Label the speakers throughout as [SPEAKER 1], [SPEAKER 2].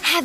[SPEAKER 1] Have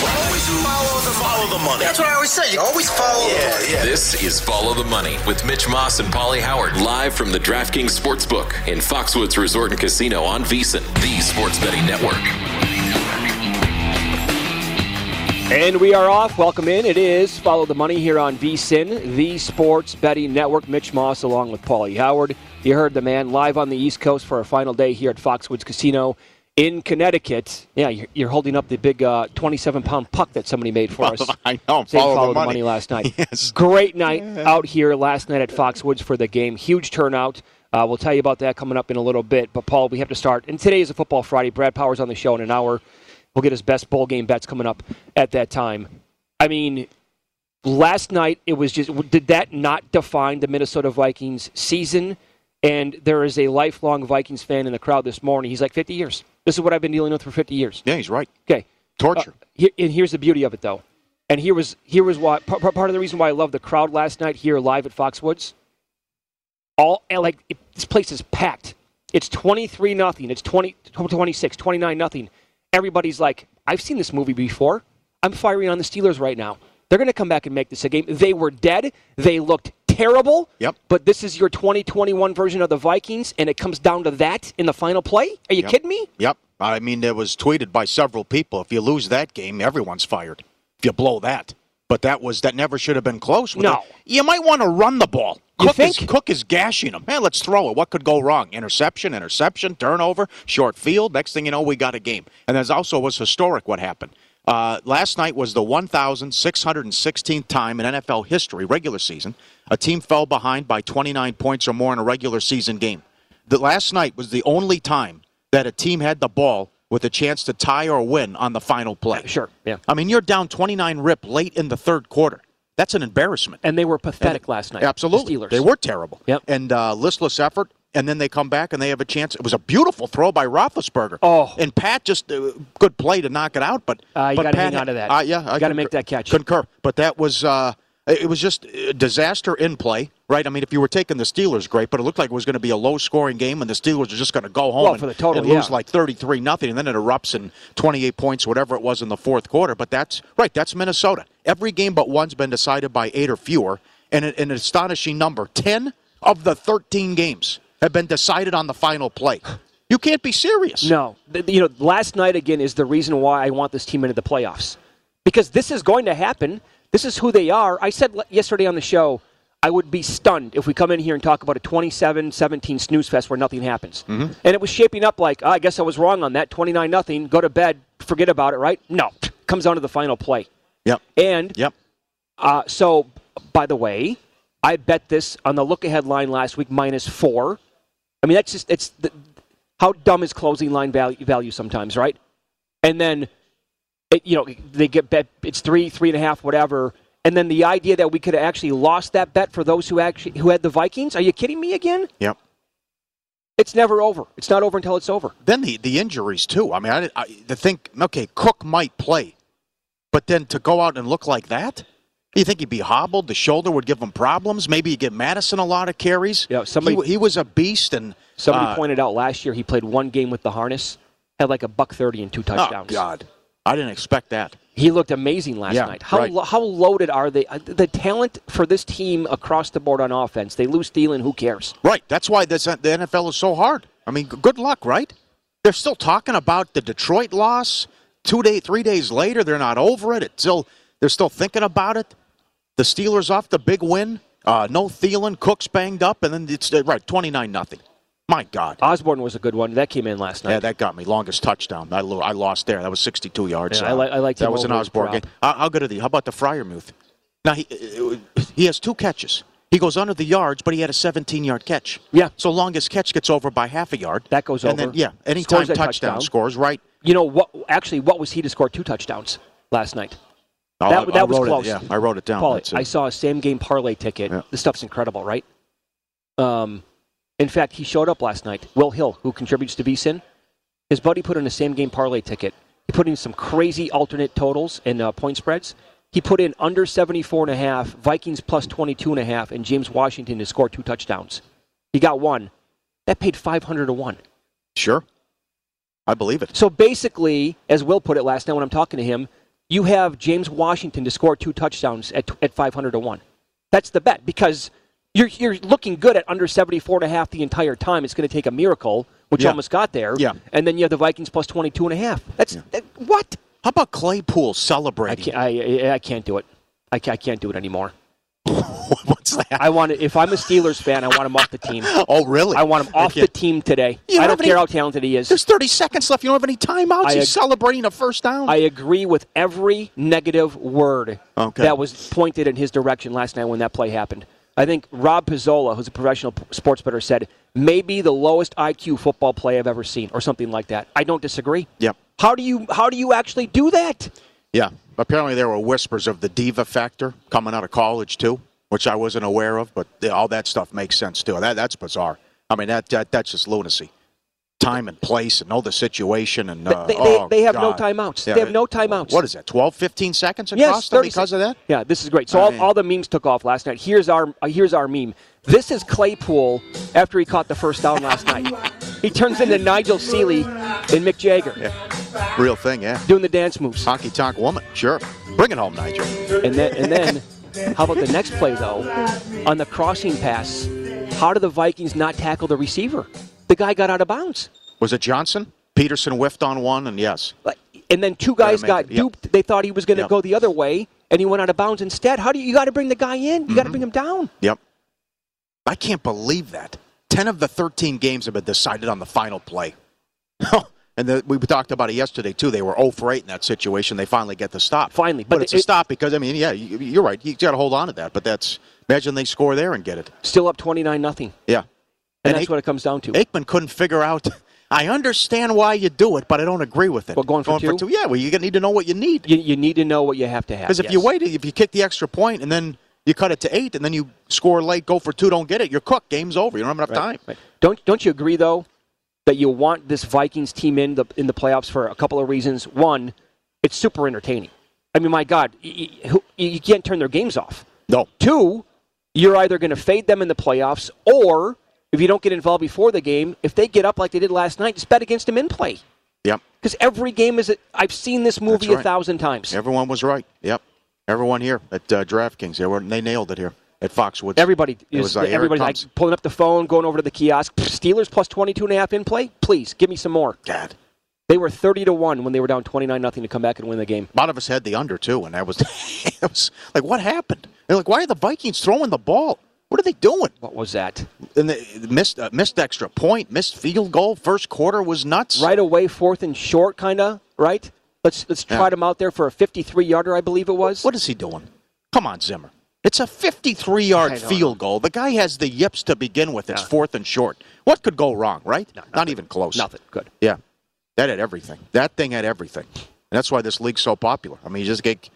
[SPEAKER 2] always follow the, follow the money.
[SPEAKER 3] That's what I always say. You always follow yeah,
[SPEAKER 4] yeah. This is Follow the Money with Mitch Moss and Polly Howard live from the DraftKings Sportsbook in Foxwoods Resort and Casino on VEASAN, the sports betting network.
[SPEAKER 5] And we are off. Welcome in. It is Follow the Money here on VSIN, the sports betting network. Mitch Moss along with Paulie Howard. You heard the man live on the East Coast for our final day here at Foxwoods Casino in Connecticut. Yeah, you're, you're holding up the big 27 uh, pound puck that somebody made for us.
[SPEAKER 6] I know. Follow,
[SPEAKER 5] follow
[SPEAKER 6] the,
[SPEAKER 5] money.
[SPEAKER 6] money.
[SPEAKER 5] last night. Yes. Great night
[SPEAKER 6] yeah.
[SPEAKER 5] out here last night at Foxwoods for the game. Huge turnout. Uh, we'll tell you about that coming up in a little bit. But Paul, we have to start. And today is a football Friday. Brad Powers on the show in an hour. We'll get his best bowl game bets coming up at that time. I mean, last night it was just. Did that not define the Minnesota Vikings season? And there is a lifelong Vikings fan in the crowd this morning. He's like, 50 years. This is what I've been dealing with for 50 years.
[SPEAKER 6] Yeah, he's right.
[SPEAKER 5] Okay.
[SPEAKER 6] Torture.
[SPEAKER 5] Uh, here, and here's the beauty of it, though. And here was here was why p- p- part of the reason why I love the crowd last night here live at Foxwoods. All eh, like it, this place is packed. It's 23 nothing. It's 20 26 29 nothing. Everybody's like, I've seen this movie before. I'm firing on the Steelers right now. They're going to come back and make this a game. They were dead. They looked terrible.
[SPEAKER 6] Yep.
[SPEAKER 5] But this is your 2021 version of the Vikings, and it comes down to that in the final play. Are you
[SPEAKER 6] yep.
[SPEAKER 5] kidding me?
[SPEAKER 6] Yep. I mean, it was tweeted by several people. If you lose that game, everyone's fired. If you blow that, but that was that never should have been close.
[SPEAKER 5] No.
[SPEAKER 6] It. You might want to run the ball.
[SPEAKER 5] You
[SPEAKER 6] Cook
[SPEAKER 5] think?
[SPEAKER 6] Is, Cook is gashing him. Hey, let's throw it. What could go wrong? Interception, interception, turnover, short field. Next thing you know, we got a game. And there's also was historic what happened. Uh, last night was the 1,616th time in NFL history, regular season, a team fell behind by 29 points or more in a regular season game. The last night was the only time that a team had the ball with a chance to tie or win on the final play.
[SPEAKER 5] Sure. Yeah.
[SPEAKER 6] I mean, you're down 29 rip late in the third quarter. That's an embarrassment.
[SPEAKER 5] And they were pathetic
[SPEAKER 6] And-
[SPEAKER 5] last night.
[SPEAKER 6] Absolutely.
[SPEAKER 5] The Steelers.
[SPEAKER 6] They were terrible.
[SPEAKER 5] Yep.
[SPEAKER 6] And uh, listless effort. And then they come back and they have a chance. It was a beautiful throw by Roethlisberger.
[SPEAKER 5] Oh.
[SPEAKER 6] And Pat just uh, good play to knock it out, but
[SPEAKER 5] Uh, you
[SPEAKER 6] but
[SPEAKER 5] gotta
[SPEAKER 6] Pat
[SPEAKER 5] hang on to that.
[SPEAKER 6] Uh, yeah,
[SPEAKER 5] You
[SPEAKER 6] I
[SPEAKER 5] gotta
[SPEAKER 6] concur-
[SPEAKER 5] make that catch.
[SPEAKER 6] Concur. But that was uh, it it was just a disaster in play, right? I mean, if you were taking the Steelers, great, but it looked like it was going to be a low-scoring game, and the Steelers are just going to go home
[SPEAKER 5] Well,
[SPEAKER 6] and,
[SPEAKER 5] for the total,
[SPEAKER 6] and lose
[SPEAKER 5] yeah.
[SPEAKER 6] like thirty-three nothing, and then it erupts in twenty-eight points, whatever it was in the fourth quarter. But that's right. That's Minnesota. Every game but one's been decided by eight or fewer, and an, an astonishing number: ten of the thirteen games have been decided on the final play. You can't be serious.
[SPEAKER 5] No, Th- you know, last night again is the reason why I want this team into the playoffs because this is going to happen. This is who they are. I said le- yesterday on the show, I would be stunned if we come in here and talk about a 27-17
[SPEAKER 6] Mm-hmm.
[SPEAKER 5] snooze fest where nothing happens. And it was shaping up like, "Ah, I guess I was wrong on that. 29 nothing. Go to bed. forget about it, right? No, comes down to the final play.
[SPEAKER 6] Yep.
[SPEAKER 5] And
[SPEAKER 6] yep.
[SPEAKER 5] Uh, so, by the way, I bet this on the look ahead line last week minus four. I mean, that's just it's the, how dumb is closing line value, value sometimes, right? And then, it, you know, they get bet it's three, three and a half, whatever. And then the idea that we could have actually lost that bet for those who actually who had the Vikings. Are you kidding me again?
[SPEAKER 6] Yep.
[SPEAKER 5] It's never over. It's not over until it's over.
[SPEAKER 6] Then the, the injuries too. I mean, I, I the think okay, Cook might play, but then to go out and look like that. You think he'd be hobbled? The shoulder would give him problems. Maybe you get Madison a lot of carries.
[SPEAKER 5] Yeah, somebody
[SPEAKER 6] he, he was a beast, and
[SPEAKER 5] somebody uh, pointed out last year he played one game with the harness, had like a buck thirty and two touchdowns.
[SPEAKER 6] Oh God, I didn't expect that.
[SPEAKER 5] He looked amazing last
[SPEAKER 6] yeah,
[SPEAKER 5] night. How
[SPEAKER 6] right.
[SPEAKER 5] how loaded are they? Uh, The talent for this team across the board on offense. They lose Thielen. Who cares?
[SPEAKER 6] Right. That's why this, uh, the NFL is so hard. I mean, good luck, right? They're still talking about the Detroit loss. Two day, three days later, they're not over it. It's still, they're still thinking about it. The Steelers off the big win. Uh, no Thielen. Cook's banged up, and then it's uh, right twenty nine nothing. My God,
[SPEAKER 5] Osborne was a good one. That came in last night.
[SPEAKER 6] Yeah, that got me longest touchdown. I, lo- I lost there. That was sixty two yards.
[SPEAKER 5] Yeah, so I, li- I like
[SPEAKER 6] that was an Osborne game. How, how good are the? How about the Fryermuth? Now he he has two catches. He goes under the yards, but he had a 17-yard catch.
[SPEAKER 5] Yeah.
[SPEAKER 6] So longest catch gets over by half a yard.
[SPEAKER 5] That goes
[SPEAKER 6] and
[SPEAKER 5] over.
[SPEAKER 6] Then, yeah. Anytime
[SPEAKER 5] touchdown,
[SPEAKER 6] touchdown scores, right?
[SPEAKER 5] You know what? Actually, what was he to score two touchdowns last night?
[SPEAKER 6] Oh,
[SPEAKER 5] that,
[SPEAKER 6] I,
[SPEAKER 5] that
[SPEAKER 6] I
[SPEAKER 5] was
[SPEAKER 6] wrote it-
[SPEAKER 5] close.
[SPEAKER 6] yeah, I wrote it down.
[SPEAKER 5] Paul,
[SPEAKER 6] That's it.
[SPEAKER 5] I saw a same game parlay ticket.
[SPEAKER 6] Yeah.
[SPEAKER 5] The stuff's incredible, right? Um, in fact, he showed up last night. Will Hill, who contributes to VSIN, his buddy put in a same game parlay ticket. He put in some crazy alternate totals and uh, point spreads. He put in under 74 and a half, Vikings plus 22 and a half, and James Washington to score two touchdowns. He got one. That paid 500 to 1.
[SPEAKER 6] Sure. I believe it.
[SPEAKER 5] So basically, as Will put it last night when I'm talking to him, you have James Washington to score two touchdowns at, at 500 to 1. That's the bet because you're, you're looking good at under 74 and a half the entire time. It's going to take a miracle, which
[SPEAKER 6] Yeah.
[SPEAKER 5] almost got there.
[SPEAKER 6] Yeah.
[SPEAKER 5] And then you have the Vikings plus 22 and a half. That's that- what?
[SPEAKER 6] How about Claypool
[SPEAKER 5] I
[SPEAKER 6] celebrating?
[SPEAKER 5] can't, I, I- I can't do it. I, ca- I can't do it anymore.
[SPEAKER 6] What's that?
[SPEAKER 5] I want to, if I'm a Steelers fan, I want him off the team.
[SPEAKER 6] oh, really?
[SPEAKER 5] I want him
[SPEAKER 6] I
[SPEAKER 5] off the
[SPEAKER 6] can't-
[SPEAKER 5] team today.
[SPEAKER 6] You don't
[SPEAKER 5] I don't
[SPEAKER 6] have any-
[SPEAKER 5] care how talented he is.
[SPEAKER 6] There's 30 seconds left. You don't have any timeouts.
[SPEAKER 5] I
[SPEAKER 6] He's
[SPEAKER 5] ag-
[SPEAKER 6] celebrating a first down.
[SPEAKER 5] I agree with every negative word
[SPEAKER 6] Okay.
[SPEAKER 5] that was pointed in his direction last night when that play happened. I think Rob Pizzola, who's a professional p- sports bettor, said maybe the lowest IQ football play I've ever seen, or something like that. I don't disagree.
[SPEAKER 6] Yep.
[SPEAKER 5] How do you how do you actually do that?
[SPEAKER 6] Yeah. Apparently, there were whispers of the diva factor coming out of college, too, which I wasn't aware of, but the- all that stuff makes sense, too. That, that's bizarre. I mean, that, that that's just lunacy. Time and place and know the situation. and uh,
[SPEAKER 5] They, they,
[SPEAKER 6] oh,
[SPEAKER 5] they have no
[SPEAKER 6] God.
[SPEAKER 5] timeouts.
[SPEAKER 6] Yeah,
[SPEAKER 5] they have no timeouts.
[SPEAKER 6] What is that, 12, 15 seconds it
[SPEAKER 5] Yes,
[SPEAKER 6] cost them
[SPEAKER 5] 30
[SPEAKER 6] because of that?
[SPEAKER 5] Yeah, this is great. So
[SPEAKER 6] I
[SPEAKER 5] all,
[SPEAKER 6] mean-
[SPEAKER 5] all the memes took off last night. Here's our uh, here's our meme. This is Claypool after he caught the first down last night. He turns into Nigel Seeley and Mick Jagger
[SPEAKER 6] Yeah. Real thing, yeah.
[SPEAKER 5] doing the dance moves.
[SPEAKER 6] Honky tonk woman, sure. Bring it home, Nigel.
[SPEAKER 5] And then, and then how about the next play, though? On the crossing pass, how do the Vikings not tackle the receiver? The guy got out of bounds.
[SPEAKER 6] Was it Johnson? Peterson whiffed on one, and yes.
[SPEAKER 5] Like, And then two
[SPEAKER 6] Gotta
[SPEAKER 5] guys
[SPEAKER 6] make
[SPEAKER 5] got
[SPEAKER 6] it, yep.
[SPEAKER 5] duped. They thought he was going to
[SPEAKER 6] Yep.
[SPEAKER 5] go the other way, and he went out of bounds instead. How do you, you got to bring the guy in? You
[SPEAKER 6] Mm-hmm.
[SPEAKER 5] got to bring him down.
[SPEAKER 6] Yep. I can't believe that. 10 of the 13 games have been decided on the final play. and the, we talked about it yesterday, too. They were 0 for 8 in that situation. They finally get the stop.
[SPEAKER 5] Finally,
[SPEAKER 6] But,
[SPEAKER 5] but
[SPEAKER 6] it's
[SPEAKER 5] it-
[SPEAKER 6] a stop because, I mean, yeah, you, you're right. you got to hold on to that. But that's imagine they score there and get it.
[SPEAKER 5] Still up twenty nine nothing,
[SPEAKER 6] Yeah.
[SPEAKER 5] and
[SPEAKER 6] And
[SPEAKER 5] that's
[SPEAKER 6] Ake-
[SPEAKER 5] what it comes down to.
[SPEAKER 6] Aikman couldn't figure out. I understand why you do it, but I don't agree with it.
[SPEAKER 5] Well, going for two?
[SPEAKER 6] Yeah, well, you're going to need to know what you need.
[SPEAKER 5] you, you need to know what you have to have.
[SPEAKER 6] Because if
[SPEAKER 5] yes.
[SPEAKER 6] you wait, if you kick the extra point and then you cut it to eight, and then you score late, go for two, don't get it, you're cooked. Game's over. You don't have enough time.
[SPEAKER 5] Right. Don't don't you agree though that you want this Vikings team in the in the playoffs for a couple of reasons? One, it's super entertaining. I mean, my God, y- y- who- you, you can't turn their games off.
[SPEAKER 6] No.
[SPEAKER 5] Two, you're either going to fade them in the playoffs, or if you don't get involved before the game, if they get up like they did last night, just bet against them in play.
[SPEAKER 6] Yep.
[SPEAKER 5] Because every game is. A, I've seen this movie a
[SPEAKER 6] right.
[SPEAKER 5] thousand times.
[SPEAKER 6] Everyone was right. Yep. Everyone here at uh, DraftKings, they, were, they nailed it here at Foxwoods.
[SPEAKER 5] Everybody
[SPEAKER 6] It
[SPEAKER 5] is
[SPEAKER 6] was like, here it
[SPEAKER 5] everybody's
[SPEAKER 6] comes.
[SPEAKER 5] like pulling up the phone, going over to the kiosk. Steelers plus 22 and a half in play. Please give me some more.
[SPEAKER 6] God.
[SPEAKER 5] They were 30 to 1 when they were down 29 nothing to come back and win the game.
[SPEAKER 6] A lot of us had the under too, and that was, it was like, what happened? They're like, why are the Vikings throwing the ball? What are they doing?
[SPEAKER 5] What was that?
[SPEAKER 6] And they missed uh, missed extra point, missed field goal. First quarter was nuts.
[SPEAKER 5] Right away fourth and short kind of, right? Let's let's yeah. trot him out there for a 53 yarder, I believe it was.
[SPEAKER 6] What is he doing? Come on, Zimmer. It's a 53 yard field goal. The guy has the yips to begin with. It's no. fourth and short. What could go wrong, right? No, Not even close.
[SPEAKER 5] Nothing. Good.
[SPEAKER 6] Yeah. That had everything. That thing had everything. And that's why this league's so popular. I mean, you just get,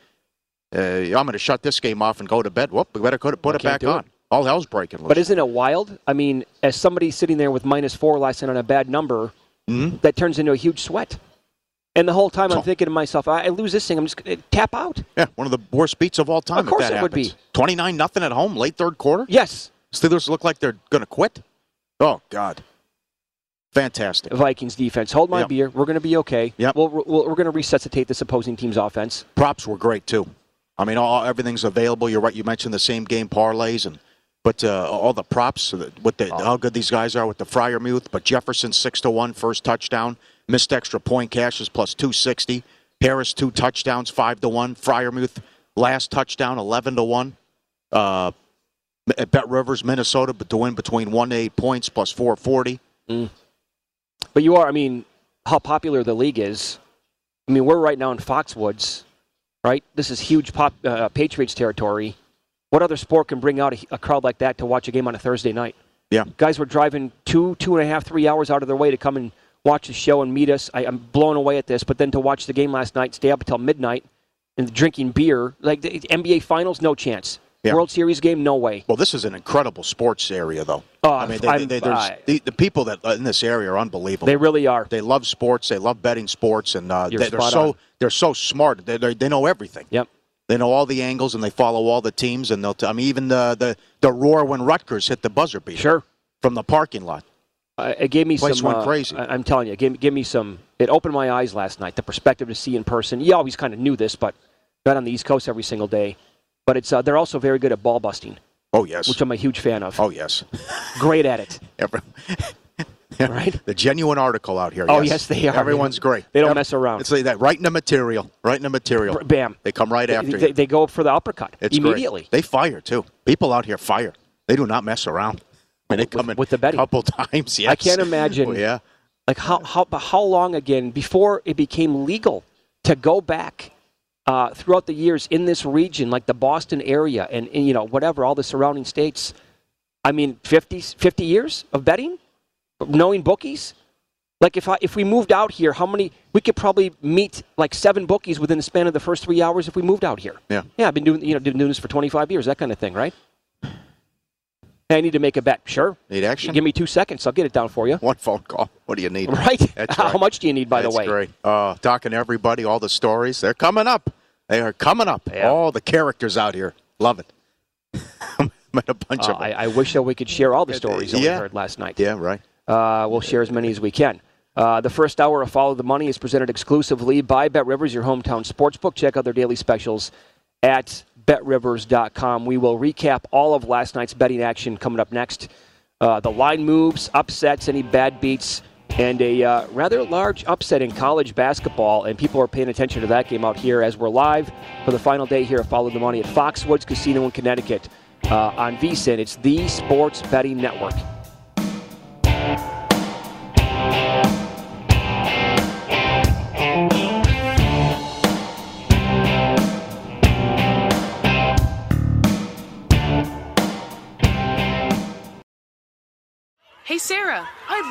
[SPEAKER 6] uh, I'm going to shut this game off and go to bed. Whoop, we better put it, put it back on. It. All hell's breaking loose.
[SPEAKER 5] But isn't it wild? I mean, as somebody sitting there with minus four last night on a bad number, mm-hmm. that turns into a huge sweat. And the whole time I'm thinking to myself, I, lose this thing, I'm just going to tap out.
[SPEAKER 6] Yeah, one of the worst beats of all time.
[SPEAKER 5] Of course
[SPEAKER 6] it
[SPEAKER 5] happens. would be.
[SPEAKER 6] 29 nothing at home, late third quarter?
[SPEAKER 5] Yes.
[SPEAKER 6] Steelers look like they're going to quit? Oh, God. Fantastic.
[SPEAKER 5] Vikings defense. Hold my yep. beer. We're going to be okay.
[SPEAKER 6] Yep.
[SPEAKER 5] we we'll, we'll, are going to resuscitate this opposing team's offense.
[SPEAKER 6] Props were great, too. I mean, all, everything's available. You're right. You mentioned the same game parlays and. But uh, all the props, with the, oh. how good these guys are with the Fryermuth. But Jefferson six to one first touchdown, missed extra point. Cash is plus two sixty. Harris two touchdowns five to one. Fryermuth last touchdown eleven to one. Uh, at Bet Rivers Minnesota but to win between one to eight points plus four forty.
[SPEAKER 5] Mm. But you are, I mean, how popular the league is. I mean, we're right now in Foxwoods, right? This is huge pop, uh, Patriots territory what other sport can bring out a, a, crowd like that to watch a game on a Thursday night?
[SPEAKER 6] Yeah,
[SPEAKER 5] guys were driving two, two and a half, three hours out of their way to come and watch the show and meet us. I, am blown away at this, but then to watch the game last night, stay up until midnight, and drinking beer like the NBA Finals, no chance. Yeah. World Series game, no way.
[SPEAKER 6] Well, this is an incredible sports area, though.
[SPEAKER 5] Uh, I mean, they,
[SPEAKER 6] they, they, uh, the, the, people that in this area are unbelievable.
[SPEAKER 5] They really are.
[SPEAKER 6] They love sports. They love betting sports, and uh, they, are so on. they're so smart. They, they know everything.
[SPEAKER 5] Yep.
[SPEAKER 6] They know all the angles and they follow all the teams and they'll. T- I mean, even the, the the roar when Rutgers hit the buzzer beater.
[SPEAKER 5] Sure.
[SPEAKER 6] From the parking lot.
[SPEAKER 5] Uh, it gave me
[SPEAKER 6] Place
[SPEAKER 5] some.
[SPEAKER 6] Went uh, crazy.
[SPEAKER 5] I, am telling you, give, give me some. It opened my eyes last night. The perspective to see in person. You always kind of knew this, but not on the East Coast every single day. But it's uh, they're also very good at ball busting.
[SPEAKER 6] Oh yes.
[SPEAKER 5] Which I'm a huge fan of.
[SPEAKER 6] Oh yes.
[SPEAKER 5] Great at it.
[SPEAKER 6] Every-
[SPEAKER 5] right?
[SPEAKER 6] The genuine article out here.
[SPEAKER 5] Oh, yes, yes they are.
[SPEAKER 6] Everyone's great.
[SPEAKER 5] They don't Every, mess around.
[SPEAKER 6] It's like that, right in the material, right in the material.
[SPEAKER 5] Bam.
[SPEAKER 6] They come right
[SPEAKER 5] they,
[SPEAKER 6] after
[SPEAKER 5] they,
[SPEAKER 6] you.
[SPEAKER 5] They go for the uppercut it's immediately.
[SPEAKER 6] Great. They fire too. People out here fire. They do not mess around. I mean, they come
[SPEAKER 5] with, with the betting
[SPEAKER 6] a couple times. Yes.
[SPEAKER 5] I can't imagine.
[SPEAKER 6] oh, yeah.
[SPEAKER 5] Like how how how long again before it became legal to go back uh, throughout the years in this region, like the Boston area and, and you know whatever all the surrounding states. I mean, 50, 50 years of betting knowing bookies. Like if I, if we moved out here, how many we could probably meet like seven bookies within the span of the first three hours if we moved out here.
[SPEAKER 6] Yeah,
[SPEAKER 5] yeah. I've been doing you know been doing this for 25 years, that kind of thing, right? Hey, I need to make a bet. Sure.
[SPEAKER 6] Need action?
[SPEAKER 5] Give me two seconds. I'll get it down for you.
[SPEAKER 6] One phone call. What do you need?
[SPEAKER 5] Right. right. How much do you need, by
[SPEAKER 6] That's
[SPEAKER 5] the way?
[SPEAKER 6] Great. Uh, talking to everybody, all the stories. They're coming up. They are coming up. Yeah. All the characters out here. Love it. Met a bunch uh, of.
[SPEAKER 5] I, I, wish that we could share all the stories that
[SPEAKER 6] yeah.
[SPEAKER 5] we heard last night.
[SPEAKER 6] Yeah. Right.
[SPEAKER 5] Uh, we'll share as many as we can. Uh, the first hour of Follow the Money is presented exclusively by Bet Rivers, your hometown sportsbook. Check out their daily specials at betrivers.com. We will recap all of last night's betting action coming up next. Uh, the line moves, upsets, any bad beats, and a uh, rather large upset in college basketball. And people are paying attention to that game out here as we're live for the final day here of Follow the Money at Foxwoods Casino in Connecticut uh, on VSIN. It's the Sports Betting Network.
[SPEAKER 7] Hey Sarah, I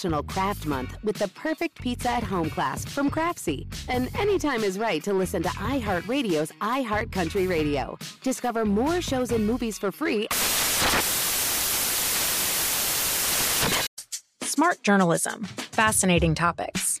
[SPEAKER 8] National Craft Month with the perfect pizza at home class from Craftsy. And anytime is right to listen to iHeartRadio's iHeartCountry Radio. Discover more shows and movies for free.
[SPEAKER 9] Smart journalism. Fascinating topics.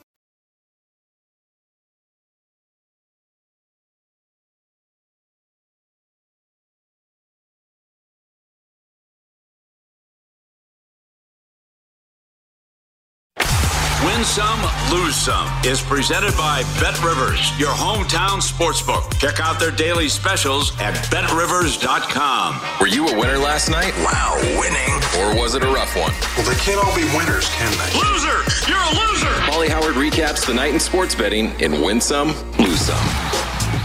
[SPEAKER 2] Win Some, Lose Some is presented by Bet Rivers, your hometown sportsbook. Check out their daily specials at betrivers.com.
[SPEAKER 4] Were you a winner last night?
[SPEAKER 2] Wow, winning.
[SPEAKER 4] Or was it a rough one?
[SPEAKER 10] Well, they can't all be winners, can they?
[SPEAKER 2] Loser! You're a loser!
[SPEAKER 4] Molly Howard recaps the night in sports betting in Win Some, Lose Some.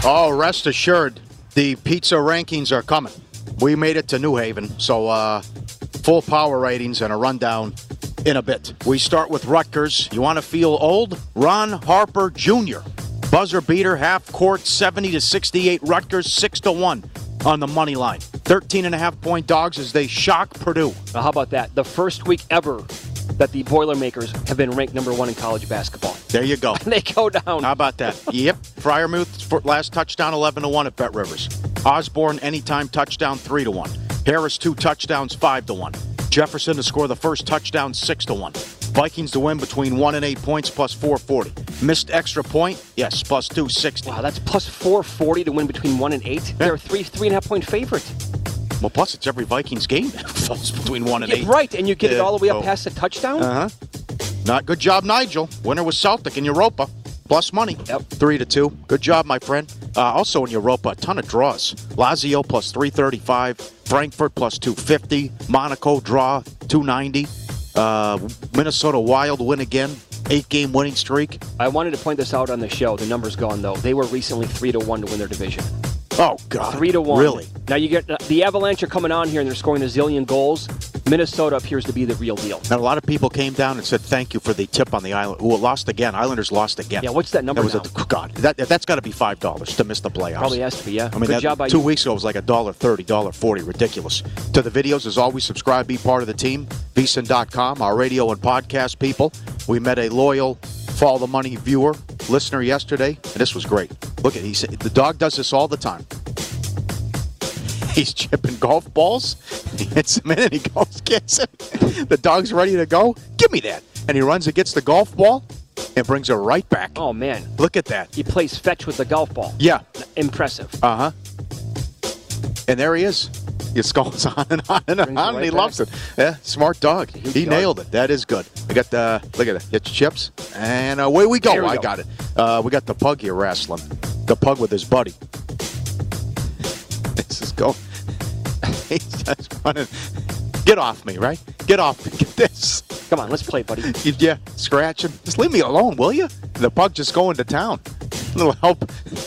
[SPEAKER 6] Oh, rest assured, the pizza rankings are coming. We made it to New Haven, so uh, full power ratings and a rundown in a bit. We start with Rutgers. You want to feel old? Ron Harper Jr. Buzzer beater, half court, 70 to 68. Rutgers 6 to 1 on the money line. 13 and a half point dogs as they shock Purdue.
[SPEAKER 5] Now how about that? The first week ever that the Boilermakers have been ranked number one in college basketball.
[SPEAKER 6] There you go.
[SPEAKER 5] they go down.
[SPEAKER 6] How about that? yep. Fryermuth last touchdown 11 to 1 at Bet Rivers. Osborne anytime touchdown 3 to 1. Harris two touchdowns 5 to 1. Jefferson to score the first touchdown, six to one. Vikings to win between one and eight points, plus 440. Missed extra point, yes, plus 260.
[SPEAKER 5] Wow, that's plus 440 to win between one and eight. Yeah. They're three three and a half point favorite.
[SPEAKER 6] Well, plus it's every Vikings game that falls between one and
[SPEAKER 5] yeah,
[SPEAKER 6] eight.
[SPEAKER 5] Right, and you get uh, it all the way up oh. past the touchdown.
[SPEAKER 6] Uh huh. Not good job, Nigel. Winner was Celtic in Europa. Plus money.
[SPEAKER 5] Yep.
[SPEAKER 6] Three to two. Good job, my friend. Uh, also in Europa, a ton of draws. Lazio plus 335. Frankfurt plus 250. Monaco draw 290. Uh, Minnesota Wild win again. Eight game winning streak.
[SPEAKER 5] I wanted to point this out on the show. The number's gone though. They were recently three to one to win their division.
[SPEAKER 6] Oh God!
[SPEAKER 5] Three to one.
[SPEAKER 6] Really?
[SPEAKER 5] Now you get uh, the Avalanche are coming on here and they're scoring a zillion goals. Minnesota appears to be the real deal.
[SPEAKER 6] And a lot of people came down and said thank you for the tip on the island. Ooh, lost again. Islanders lost again.
[SPEAKER 5] Yeah, what's that number?
[SPEAKER 6] That was
[SPEAKER 5] now?
[SPEAKER 6] A, God. That that's got to be five dollars to miss the playoffs.
[SPEAKER 5] Probably has to be. Yeah.
[SPEAKER 6] I mean,
[SPEAKER 5] Good
[SPEAKER 6] that, two you. weeks ago was like a dollar thirty, dollar forty. Ridiculous. To the videos, as always, subscribe, be part of the team. Veasan.com, our radio and podcast people. We met a loyal Follow the Money viewer, listener yesterday, and this was great. Look at he said the dog does this all the time. He's chipping golf balls. He hits him in and he goes gets it. The dog's ready to go. Give me that. And he runs and gets the golf ball and brings it right back.
[SPEAKER 5] Oh man.
[SPEAKER 6] Look at that.
[SPEAKER 5] He plays fetch with the golf ball.
[SPEAKER 6] Yeah.
[SPEAKER 5] Impressive.
[SPEAKER 6] Uh-huh. And there he is. His goes on and on and on, right and he back. loves it. Yeah, smart dog. He dog. nailed it. That is good. We got the look at it. Get chips, and away we go. We I go. got it. Uh, we got the pug here wrestling. The pug with his buddy. This is going. He's just running. Get off me, right? Get off me. Get this.
[SPEAKER 5] Come on, let's play, buddy.
[SPEAKER 6] yeah, scratching. Just leave me alone, will you? The pug just going to town. A little help.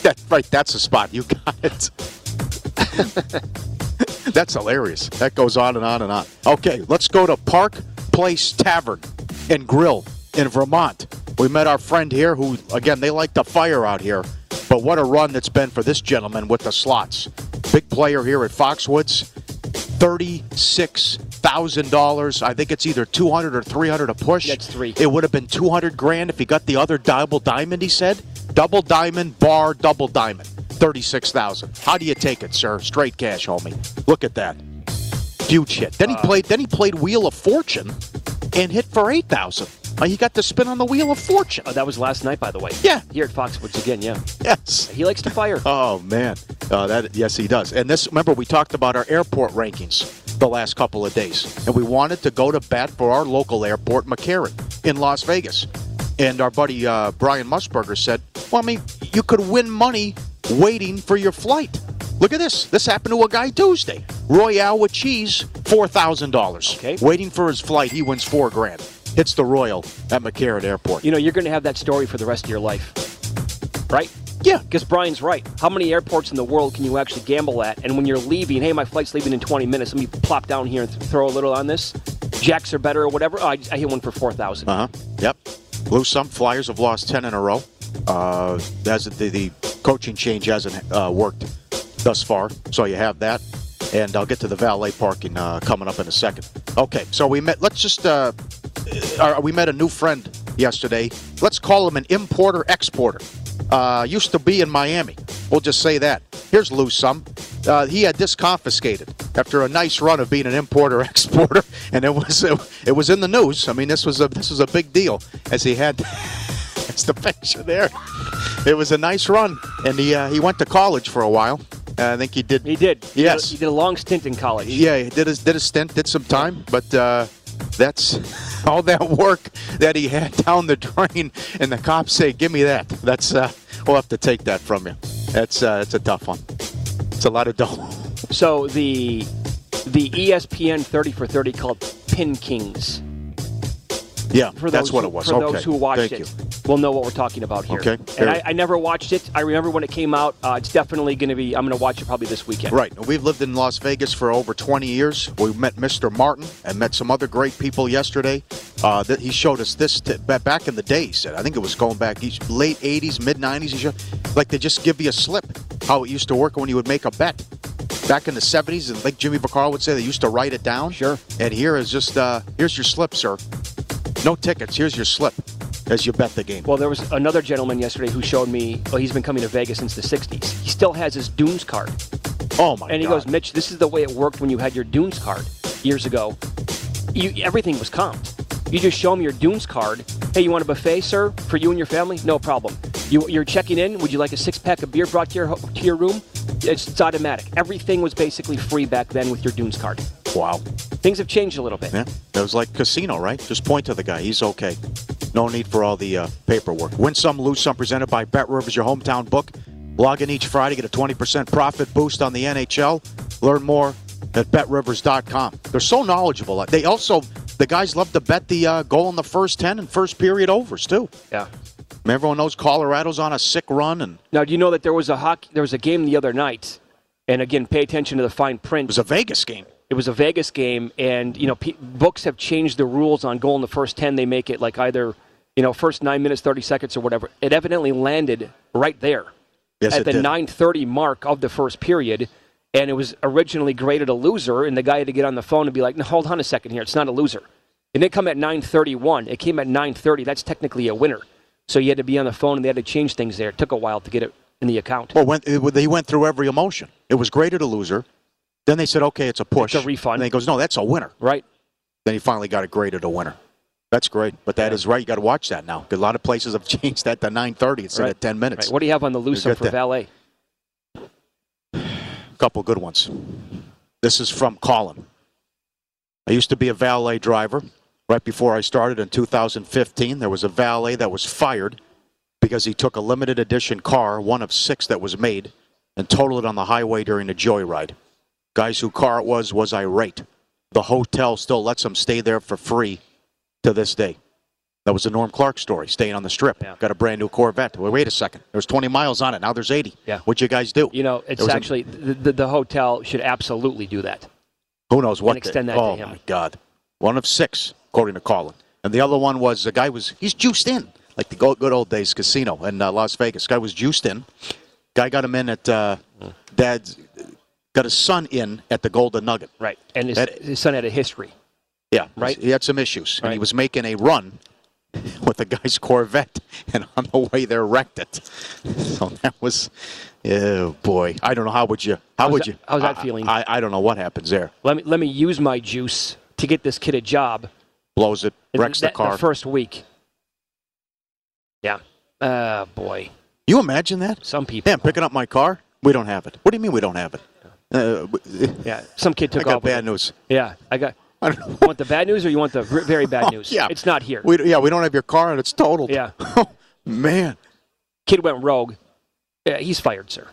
[SPEAKER 6] That right. That's the spot. You got it. That's hilarious. That goes on and on and on. Okay, let's go to Park Place Tavern and Grill in Vermont. We met our friend here who, again, they like the fire out here, but what a run that's been for this gentleman with the slots. Big player here at Foxwoods. $36,000. I think it's either 200 or 300 a push.
[SPEAKER 5] That's three.
[SPEAKER 6] It would have been 200 grand if he got the other double diamond, he said. Double diamond, bar, double diamond. 36,000. How do you take it, sir? Straight cash, homie. Look at that. Huge hit. Then he uh, played then he played Wheel of Fortune and hit for 8,000. Uh, he got the spin on the wheel of fortune.
[SPEAKER 5] Oh, that was last night, by the way.
[SPEAKER 6] Yeah.
[SPEAKER 5] Here at Foxwoods again, yeah.
[SPEAKER 6] Yes.
[SPEAKER 5] He likes to fire.
[SPEAKER 6] Oh man, uh, that yes he does. And this remember we talked about our airport rankings the last couple of days, and we wanted to go to bat for our local airport, McCarran, in Las Vegas. And our buddy uh, Brian Musburger said, "Well, I mean, you could win money waiting for your flight. Look at this. This happened to a guy Tuesday. Royale with cheese, four thousand dollars. Okay. Waiting for his flight, he wins four grand. Hits the Royal at McCarran Airport.
[SPEAKER 5] You know, you're going to have that story for the rest of your life, right?
[SPEAKER 6] Yeah.
[SPEAKER 5] Because Brian's right. How many airports in the world can you actually gamble at? And when you're leaving, hey, my flight's leaving in 20 minutes. Let me plop down here and th- throw a little on this. Jacks are better or whatever. Oh, I, I hit one for 4000
[SPEAKER 6] Uh huh. Yep. Lose some. Flyers have lost ten in a row. Uh, that's the the coaching change hasn't uh, worked thus far. So you have that, and I'll get to the valet parking uh, coming up in a second. Okay. So we met. Let's just. Uh, uh, we met a new friend yesterday. Let's call him an importer exporter. Uh, used to be in Miami. We'll just say that. Here's Lou Sum. Uh, he had this confiscated after a nice run of being an importer exporter, and it was it, was in the news. I mean, this was a this was a big deal as he had. That's the picture there. It was a nice run, and he uh, he went to college for a while. Uh, I think he did.
[SPEAKER 5] He did. He
[SPEAKER 6] Yes.
[SPEAKER 5] did- He did a long stint in college.
[SPEAKER 6] Yeah, he did his did a stint, did some time, but uh, that's all that work that he had down the drain, and the cops say, "Give me that." That's uh, we'll have to take that from you. That's uh, that's a tough one. It's a lot of dough.
[SPEAKER 5] So the the E ESPN 30 for 30 called Pin Kings.
[SPEAKER 6] Yeah,
[SPEAKER 5] For
[SPEAKER 6] that's
[SPEAKER 5] those
[SPEAKER 6] what
[SPEAKER 5] who-
[SPEAKER 6] it was.
[SPEAKER 5] For
[SPEAKER 6] okay.
[SPEAKER 5] those who watched
[SPEAKER 6] Thank
[SPEAKER 5] it,
[SPEAKER 6] you.
[SPEAKER 5] will know what we're talking about here.
[SPEAKER 6] Okay,
[SPEAKER 5] And
[SPEAKER 6] very-
[SPEAKER 5] I, I never watched it. I remember when it came out. Uh, it's definitely going to be. I'm going to watch it probably this weekend.
[SPEAKER 6] Right. And We've lived in Las Vegas for over 20 years. We met Mr. Martin and met some other great people yesterday. Uh, that he showed us this t- ba- back in the days. I think it was going back each, late 80s, mid 90s. He showed, like they just give you a slip how it used to work when you would make a bet. Back in the 70s, and like Jimmy Vaccaro would say, they used to write it down. Sure. And here is just uh, here's your slip, sir. No tickets. Here's your slip as you bet the game.
[SPEAKER 5] Well, there was another gentleman yesterday who showed me. Well, he's been coming to Vegas since the '60s. He still has his Dunes card.
[SPEAKER 6] Oh my!
[SPEAKER 5] And he goes, Mitch, this is the way it worked when you had your Dunes card years ago. You everything was comped. You just show him your Dunes card. Hey, you want a buffet, sir, for you and your family? No problem. You, you're checking in. Would you like a six pack of beer brought to your ho- to your room? It's, it's automatic. Everything was basically free back then with your Dunes card.
[SPEAKER 6] Wow.
[SPEAKER 5] Things have changed a little bit.
[SPEAKER 6] Yeah, that was like casino, right? Just point to the guy. He's okay. No need for all the uh, paperwork. Win some, lose some. Presented by Bet Rivers, your hometown book. Log in each Friday, get a 20% profit boost on the NHL. Learn more at betrivers.com. They're so knowledgeable. Uh, They also, the guys love to bet the uh, goal in the first 10 and first period overs, too.
[SPEAKER 5] Yeah.
[SPEAKER 6] I mean, everyone knows Colorado's on a sick run, and
[SPEAKER 5] Now, do you know that there was a hockey, there was a game the other night, and again, pay attention to the fine print. It was
[SPEAKER 6] a Vegas game.
[SPEAKER 5] It was a Vegas game, and you know, pe books have changed the rules on goal in the first ten. They make it like either, you know, first nine minutes thirty seconds or whatever. It evidently landed right there
[SPEAKER 6] Yes,
[SPEAKER 5] at
[SPEAKER 6] it
[SPEAKER 5] the
[SPEAKER 6] did.
[SPEAKER 5] nine thirty mark of the first period. And it was originally graded a loser, and the guy had to get on the phone and be like, "No, hold on a second here. It's not a loser." It didn't come at 9:31. It came at 9:30. That's technically a winner. So you had to be on the phone, and they had to change things there. It took a while to get it in the account.
[SPEAKER 6] Well, went, it, they went through every emotion. It was graded a loser. Then they said, okay, it's a push. It's a refund. And then he goes, no, that's a winner.
[SPEAKER 5] Right.
[SPEAKER 6] Then he finally got it graded a winner. That's great. But that is right. You got to watch that now. 'Cause A lot of places have changed that to 9.30 instead
[SPEAKER 5] Right.
[SPEAKER 6] of 10 minutes.
[SPEAKER 5] Right. What do you have on the
[SPEAKER 6] We've
[SPEAKER 5] loose for
[SPEAKER 6] got that.
[SPEAKER 5] valet?
[SPEAKER 6] couple good ones. This is from Colin. I used to be a valet driver. Right before I started in 2015, there was a valet that was fired because he took a limited edition car, one of six that was made, and totaled it on the highway during a joyride. Guys whose car it was was irate. The hotel still lets him stay there for free to this day. That was the Norm Clark story, staying on the strip. Got a brand new Corvette. Well, wait a second. There was 20 miles on it. Now there's 80.
[SPEAKER 5] Yeah.
[SPEAKER 6] What'd you guys do?
[SPEAKER 5] You know,
[SPEAKER 6] There
[SPEAKER 5] it's
[SPEAKER 6] was a-
[SPEAKER 5] actually the, the, the hotel should absolutely do that.
[SPEAKER 6] who knows what?
[SPEAKER 5] And extend
[SPEAKER 6] the-
[SPEAKER 5] that to
[SPEAKER 6] oh
[SPEAKER 5] him.
[SPEAKER 6] my God, one of six according to Colin, and the other one was the guy was he's juiced in like the go- good old days casino in uh, Las Vegas. Guy was juiced in. Guy got him in at uh, dad's got his son in at the Golden Nugget.
[SPEAKER 5] Right, and his,
[SPEAKER 6] That-
[SPEAKER 5] his son had a history.
[SPEAKER 6] Yeah,
[SPEAKER 5] Right?
[SPEAKER 6] He had some issues, and he was making a run with the guy's Corvette, and on the way there wrecked it. So that was, oh boy, I don't know how would you how
[SPEAKER 5] How's
[SPEAKER 6] would
[SPEAKER 5] that-
[SPEAKER 6] you
[SPEAKER 5] how's that
[SPEAKER 6] I-
[SPEAKER 5] feeling?
[SPEAKER 6] I, I don't know what happens there.
[SPEAKER 5] Let me let me use my juice to get this kid a job.
[SPEAKER 6] Blows it,
[SPEAKER 5] And
[SPEAKER 6] wrecks
[SPEAKER 5] that-
[SPEAKER 6] the car.
[SPEAKER 5] first week. Yeah. Oh, boy.
[SPEAKER 6] You imagine that?
[SPEAKER 5] Some people.
[SPEAKER 6] Yeah, picking up my car. We don't have it. What do you mean we don't have it? Uh, w-
[SPEAKER 5] Yeah. Some kid took
[SPEAKER 6] I got
[SPEAKER 5] off with
[SPEAKER 6] bad
[SPEAKER 5] it.
[SPEAKER 6] news.
[SPEAKER 5] Yeah. I got. You want the bad news or you want the gr- very bad news?
[SPEAKER 6] Oh, yeah.
[SPEAKER 5] It's not here.
[SPEAKER 6] We, yeah, we don't have your car and it's totaled. Oh,
[SPEAKER 5] Yeah.
[SPEAKER 6] Man.
[SPEAKER 5] Kid went rogue. Yeah, he's fired, sir.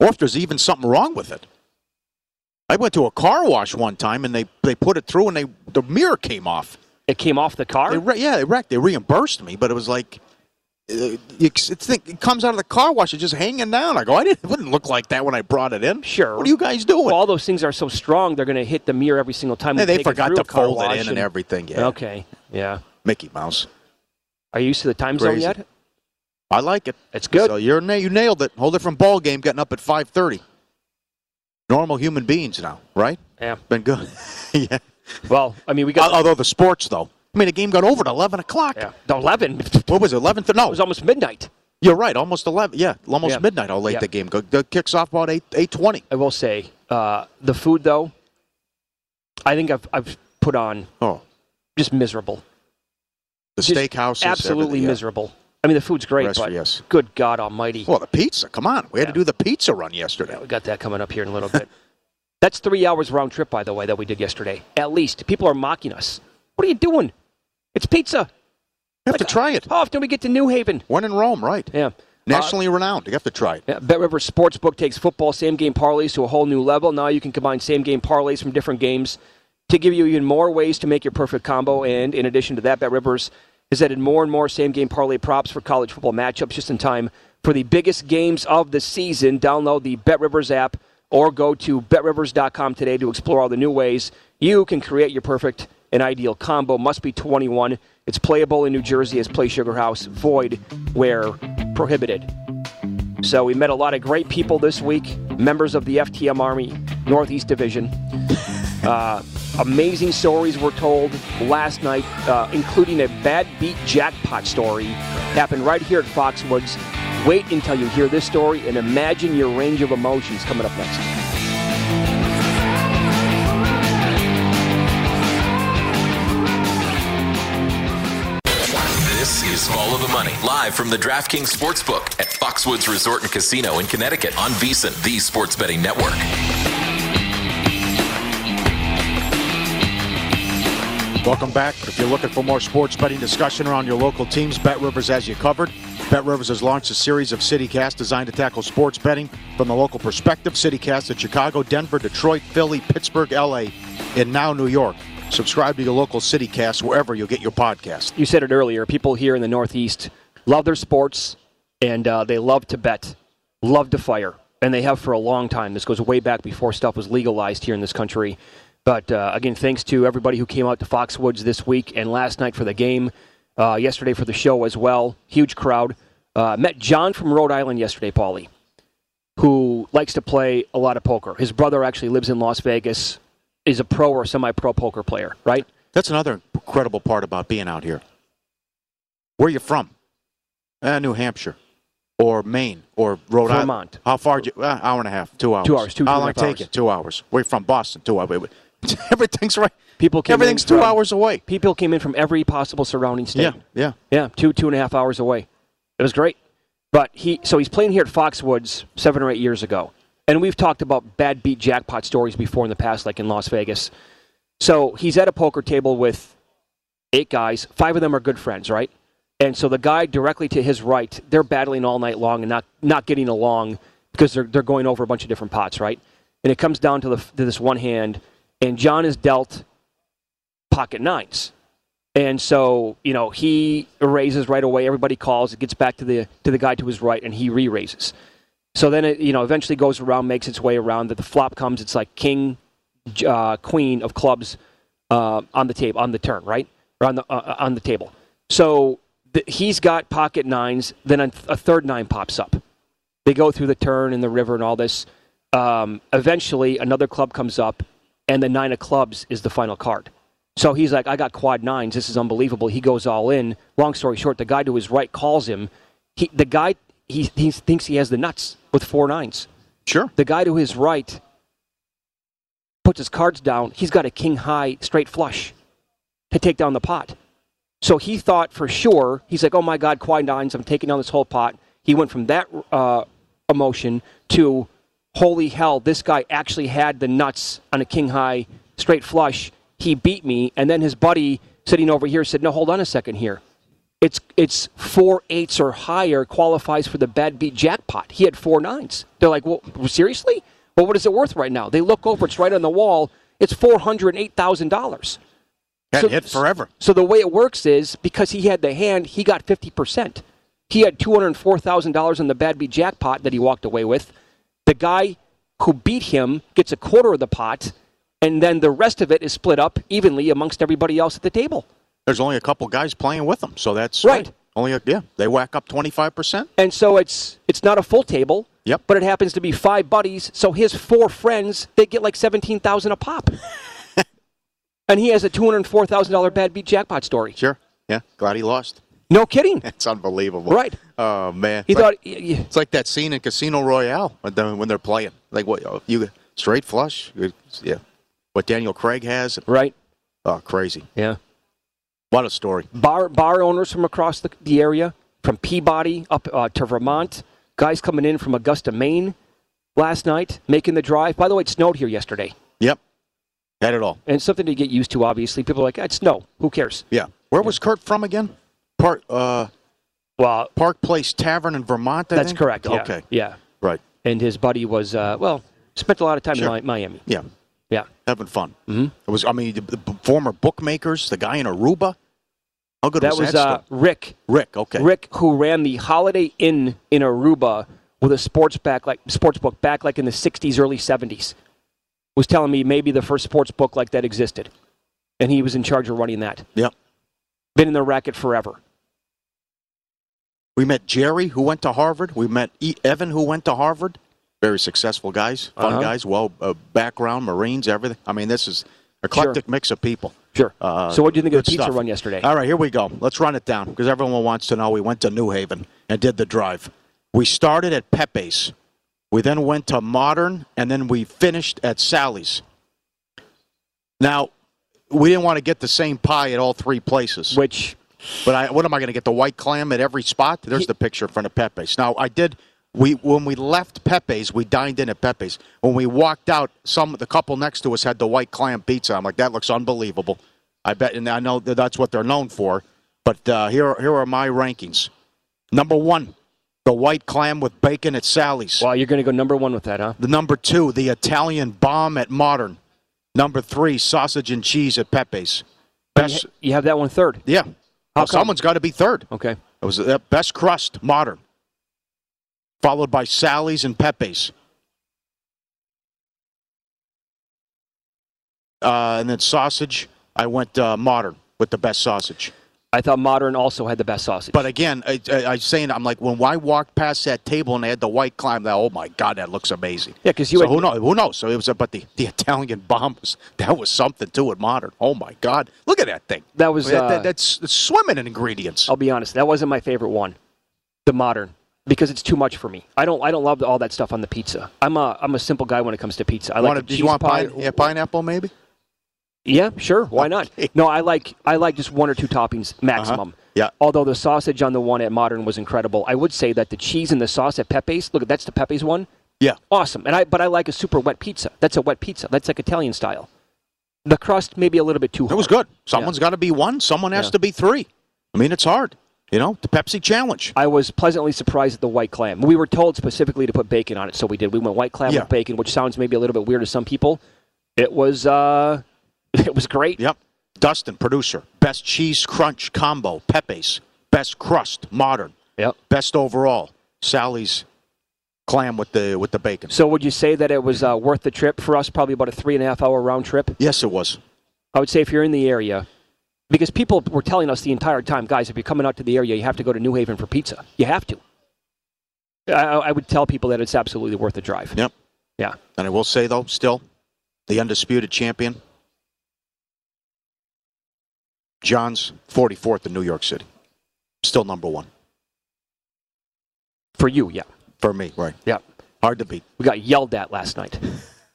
[SPEAKER 6] Or if there's even something wrong with it. I went to a car wash one time and they, they put it through and they the mirror came off.
[SPEAKER 5] It came off the car?
[SPEAKER 6] They re- yeah, they wrecked. They reimbursed me, but it was like uh, you- it's, it's think- it comes out of the car wash, it's just hanging down. I go, I didn't, it wouldn't look like that when I brought it in.
[SPEAKER 5] Sure.
[SPEAKER 6] What are you guys doing?
[SPEAKER 5] Well, all those things are so strong, they're going to hit the mirror every single time.
[SPEAKER 6] Yeah,
[SPEAKER 5] we
[SPEAKER 6] they
[SPEAKER 5] take it
[SPEAKER 6] forgot
[SPEAKER 5] through
[SPEAKER 6] to
[SPEAKER 5] a car
[SPEAKER 6] fold it
[SPEAKER 5] wash
[SPEAKER 6] in and everything, yeah.
[SPEAKER 5] Okay. Yeah.
[SPEAKER 6] Mickey Mouse.
[SPEAKER 5] Are you used to the time
[SPEAKER 6] Crazy.
[SPEAKER 5] zone yet?
[SPEAKER 6] I like it.
[SPEAKER 5] It's good.
[SPEAKER 6] So you're na- you nailed it. Whole different ball game. Getting up at five thirty. Normal human beings now, right?
[SPEAKER 5] Yeah.
[SPEAKER 6] Been good. yeah.
[SPEAKER 5] Well, I mean, we got.
[SPEAKER 6] Al- Although the sports though, I mean, the game got over at eleven o'clock.
[SPEAKER 5] yeah. The 11. It
[SPEAKER 6] What was it? Eleven? Th- no,
[SPEAKER 5] was almost midnight.
[SPEAKER 6] you're right. Almost eleven. Yeah, almost
[SPEAKER 5] Yeah.
[SPEAKER 6] midnight. How late
[SPEAKER 5] Yeah.
[SPEAKER 6] the game go? The kicks off about eight eight twenty.
[SPEAKER 5] I will say, uh, the food, though, I think I've, I've put on
[SPEAKER 6] Oh,
[SPEAKER 5] just miserable.
[SPEAKER 6] the
[SPEAKER 5] Just
[SPEAKER 6] steakhouse.
[SPEAKER 5] Absolutely miserable. I mean, the food's great,
[SPEAKER 6] Rest-
[SPEAKER 5] but
[SPEAKER 6] yes.
[SPEAKER 5] good God Almighty.
[SPEAKER 6] Well, the pizza. Come on, we had
[SPEAKER 5] Yeah.
[SPEAKER 6] to do the pizza run
[SPEAKER 5] Yeah,
[SPEAKER 6] yesterday.
[SPEAKER 5] we got that coming up here in a little bit. That's three hours round trip, by the way, that we did yesterday. At least people are mocking us. What are you doing? It's pizza.
[SPEAKER 6] You have to try it.
[SPEAKER 5] How often do we get to New Haven?
[SPEAKER 6] When in Rome, right?
[SPEAKER 5] Yeah.
[SPEAKER 6] Nationally renowned. You have to try it.
[SPEAKER 5] Yeah, Bet River Sportsbook takes football same game parlays to a whole new level. Now you can combine same game parlays from different games to give you even more ways to make your perfect combo. And in addition to that, Bet Rivers has added more and more same game parlay props for college football matchups just in time for the biggest games of the season. Download the Bet Rivers app or go to betrivers.com today to explore all the new ways you can create your perfect and ideal combo. Must be 21. It's playable in New Jersey as Play Sugar House, void where prohibited. So we met a lot of great people this week, members of the FTM Army Northeast Division. Uh, amazing stories were told last night, uh, including a bad beat jackpot story happened right here at Foxwoods. Wait until you hear this story and imagine your range of emotions coming up next.
[SPEAKER 4] This is Follow the Money, live from the DraftKings Sportsbook at Foxwoods Resort and Casino in Connecticut on VEASAN, the sports betting network.
[SPEAKER 6] Welcome back. If you're looking for more sports betting discussion around your local teams, Bet Rivers has you covered. Bet Rivers has launched a series of CityCasts designed to tackle sports betting from the local perspective. CityCasts at Chicago, Denver, Detroit, Philly, Pittsburgh, LA, and now New York. Subscribe to your local CityCast wherever you get your podcast.
[SPEAKER 5] you said it earlier. People here in the Northeast love their sports, and uh, they love to bet, love to fire, and they have for a long time. This goes way back before stuff was legalized here in this country. But uh, again, thanks to everybody who came out to Foxwoods this week and last night for the game, uh, yesterday for the show as well. Huge crowd. Uh, met John from Rhode Island yesterday, Paulie who likes to play a lot of poker. His brother actually lives in Las Vegas, is a pro or semi pro poker player, right?
[SPEAKER 6] That's another incredible part about being out here. Where you from? Uh, New Hampshire, or Maine, or Rhode Island.
[SPEAKER 5] Vermont.
[SPEAKER 6] How far? do You, uh, hour and a half, two hours.
[SPEAKER 5] hours, two
[SPEAKER 6] How
[SPEAKER 5] and a
[SPEAKER 6] long
[SPEAKER 5] half
[SPEAKER 6] take
[SPEAKER 5] hours.
[SPEAKER 6] it? Two hours. Where you from? Boston. Two hours. Everything's right.
[SPEAKER 5] People came in
[SPEAKER 6] Everything's two
[SPEAKER 5] from-
[SPEAKER 6] hours away.
[SPEAKER 5] People came in from every possible surrounding state.
[SPEAKER 6] Yeah, yeah.
[SPEAKER 5] Yeah, two two and a half hours away. It was great, but he so he's playing here at Foxwoods seven or eight years ago, and we've talked about bad beat jackpot stories before in the past, like in Las Vegas. So he's at a poker table with eight guys. Five of them are good friends, right? And so the guy directly to his right, they're battling all night long and not not getting along because they're they're going over a bunch of different pots, right? And it comes down to the to this one hand, and John is dealt pocket nines. And so, you know, he raises right away. Everybody calls. It gets back to the to the guy to his right, and he re-raises. So then, it, you know, eventually goes around, makes its way around. That the flop comes. It's like king, j- uh, queen of clubs uh, on the table on the turn, right, or on the uh, on the table. So th- he's got pocket nines. Then a, a third nine pops up. They go through the turn and the river and all this. Um, eventually, another club comes up, and the nine of clubs is the final card. So he's like, I got quad nines. This is unbelievable. He goes all in. Long story short, the guy to his right calls him. He, the guy, he, he thinks he has the nuts with four nines.
[SPEAKER 6] Sure.
[SPEAKER 5] The guy to his right puts his cards down. He's got a king high straight flush to take down the pot. So he thought for sure, he's like, oh my God, quinines, I'm taking down this whole pot. He went from that uh, emotion to, holy hell, this guy actually had the nuts on a king high straight flush. He beat me. And then his buddy sitting over here said, no, hold on a second here. It's, it's four eights or higher qualifies for the bad beat jackpot. He had four nines. They're like, well, seriously? Well, what is it worth right now? They look over, it's right on the wall. It's $408,000.
[SPEAKER 6] That hit forever.
[SPEAKER 5] So the way it works is because he had the hand, he got 50%. He had $204,000 on the bad beat jackpot that he walked away with. The guy who beat him gets a quarter of the pot, and then the rest of it is split up evenly amongst everybody else at the table.
[SPEAKER 6] There's only a couple guys playing with them, so that's
[SPEAKER 5] Right.
[SPEAKER 6] Only a, yeah, they whack up 25%.
[SPEAKER 5] And so it's it's not a full table.
[SPEAKER 6] Yep.
[SPEAKER 5] But it happens to be five buddies, so his four friends they get like 17,000 a pop. and he has a $204,000 bad beat jackpot story.
[SPEAKER 6] Sure. Yeah, glad he lost.
[SPEAKER 5] No kidding.
[SPEAKER 6] That's unbelievable.
[SPEAKER 5] Right.
[SPEAKER 6] Oh man.
[SPEAKER 5] He
[SPEAKER 6] It's like-
[SPEAKER 5] thought y- y-
[SPEAKER 6] it's like that scene in Casino Royale when they're, when they're playing. Like what oh, you straight flush? Yeah. What Daniel Craig has.
[SPEAKER 5] Right.
[SPEAKER 6] Oh, crazy.
[SPEAKER 5] Yeah.
[SPEAKER 6] What a story.
[SPEAKER 5] bar bar owners from across the, the area, from Peabody up uh, to Vermont. Guys coming in from Augusta, Maine, last night making the drive. By the way, it snowed here yesterday,
[SPEAKER 6] Yep. Had it all.
[SPEAKER 5] and it's something to get used to. Obviously, people are like, "Ah, "It's snow. Who cares?"
[SPEAKER 6] Yeah. Where was Kurt from again? Park uh
[SPEAKER 5] Well,
[SPEAKER 6] Park Place Tavern in Vermont. I
[SPEAKER 5] that's
[SPEAKER 6] think?
[SPEAKER 5] correct. Yeah.
[SPEAKER 6] Okay.
[SPEAKER 5] Yeah.
[SPEAKER 6] Right.
[SPEAKER 5] And his buddy was uh, well spent a lot of time
[SPEAKER 6] Sure.
[SPEAKER 5] in Mi- Miami.
[SPEAKER 6] Yeah.
[SPEAKER 5] Yeah.
[SPEAKER 6] Having fun.
[SPEAKER 5] Mm-hmm.
[SPEAKER 6] It was. I mean, the, the former bookmakers, the guy in Aruba. How good
[SPEAKER 5] That
[SPEAKER 6] was,
[SPEAKER 5] was
[SPEAKER 6] that?
[SPEAKER 5] uh,
[SPEAKER 6] story?
[SPEAKER 5] Rick.
[SPEAKER 6] Rick. Okay.
[SPEAKER 5] Rick, who ran the Holiday Inn in Aruba with a sports back like sports book back like in the '60s, early '70s, was telling me maybe the first sports book like that existed, and he was in charge of running that.
[SPEAKER 6] Yep.
[SPEAKER 5] Been in the racket forever.
[SPEAKER 6] We met Jerry, who went to Harvard. We met e- Evan, who went to Harvard. Very successful guys, fun
[SPEAKER 5] Uh-huh.
[SPEAKER 6] guys, well uh, background, Marines, everything. I mean, this is eclectic mix of people.
[SPEAKER 5] Sure.
[SPEAKER 6] Uh,
[SPEAKER 5] so, what do you think of
[SPEAKER 6] good
[SPEAKER 5] the pizza
[SPEAKER 6] stuff.
[SPEAKER 5] run yesterday?
[SPEAKER 6] All right, here we go. Let's run it down because everyone wants to know. We went to New Haven and did the drive. We started at Pepe's. We then went to Modern, and then we finished at Sally's. Now, we didn't want to get the same pie at all three places.
[SPEAKER 5] Which
[SPEAKER 6] But I, what am I going to get? The white clam at every spot? There's the picture in front of Pepe's. Now I did. We when we left Pepe's, we dined in at Pepe's. When we walked out, some the couple next to us had the white clam pizza. I'm like, that looks unbelievable. I bet, and I know that that's what they're known for. But uh, here are, here are my rankings. Number one, the white clam with bacon at Sally's.
[SPEAKER 5] wow, you're going to go number one with that, huh?
[SPEAKER 6] The number two, the Italian bomb at Modern. Number three, sausage and cheese at Pepe's.
[SPEAKER 5] But You,
[SPEAKER 6] Best,
[SPEAKER 5] ha- you have that one third.
[SPEAKER 6] yeah.
[SPEAKER 5] How
[SPEAKER 6] Well,
[SPEAKER 5] come?
[SPEAKER 6] someone's got to be third.
[SPEAKER 5] Okay.
[SPEAKER 6] It was the best crust, modern, followed by Sally's and Pepe's. Uh, and then sausage, I went uh, modern with the best sausage.
[SPEAKER 5] I thought Modern also had the best sausage.
[SPEAKER 6] But again, I, I, I was saying, I'm like, when I walked past that table and they had the white climb, that oh my god, that looks amazing.
[SPEAKER 5] Yeah, 'cause you
[SPEAKER 6] So
[SPEAKER 5] had-
[SPEAKER 6] who knows? Who knows? So it was, but the, the Italian bomb was that was something too at modern. Oh my god, look at that thing.
[SPEAKER 5] That was,
[SPEAKER 6] that, that-
[SPEAKER 5] uh,
[SPEAKER 6] that's, that's swimming in ingredients.
[SPEAKER 5] I'll be honest, that wasn't my favorite one, the Modern, because it's too much for me. I don't I don't love all that stuff on the pizza. I'm a I'm a simple guy when it comes to pizza. I like
[SPEAKER 6] Wanna-
[SPEAKER 5] the
[SPEAKER 6] did
[SPEAKER 5] cheese
[SPEAKER 6] you want
[SPEAKER 5] pie.
[SPEAKER 6] pine, yeah, pineapple maybe?
[SPEAKER 5] Yeah, sure. Why not? No, I like I like just one or two toppings maximum.
[SPEAKER 6] Uh-huh. Yeah.
[SPEAKER 5] Although the sausage on the one at Modern was incredible, I would say that the cheese and the sauce at Pepe's. Look, that's the Pepe's one.
[SPEAKER 6] Yeah.
[SPEAKER 5] Awesome. And I but I like a super wet pizza. That's a wet pizza. That's like Italian style. The crust maybe a little bit too.
[SPEAKER 6] It
[SPEAKER 5] hard.
[SPEAKER 6] was good. Someone's got to be one. Someone has
[SPEAKER 5] Yeah.
[SPEAKER 6] to be three. I mean, it's hard. You know, the Pepsi Challenge.
[SPEAKER 5] I was pleasantly surprised at the white clam. We were told specifically to put bacon on it, so we did. We went white clam
[SPEAKER 6] Yeah.
[SPEAKER 5] with bacon, which sounds maybe a little bit weird to some people. It was uh, it was great.
[SPEAKER 6] Yep. Dustin, producer. Best cheese crunch combo, Pepe's. Best crust, modern.
[SPEAKER 5] Yep.
[SPEAKER 6] Best overall, Sally's clam with the with the bacon.
[SPEAKER 5] So would you say that it was uh, worth the trip for us? Probably about a three and a half hour round trip.
[SPEAKER 6] Yes, it was.
[SPEAKER 5] I would say if you're in the area, because people were telling us the entire time, guys, if you're coming out to the area, you have to go to New Haven for pizza. You have to. I, I I would tell people that it's absolutely worth the drive.
[SPEAKER 6] Yep.
[SPEAKER 5] Yeah.
[SPEAKER 6] And I will say though, still, the undisputed champion, John's 44th in New York City, still number one
[SPEAKER 5] For you, yeah.
[SPEAKER 6] for me. Right.
[SPEAKER 5] Yeah.
[SPEAKER 6] Hard to beat.
[SPEAKER 5] We got yelled at last night.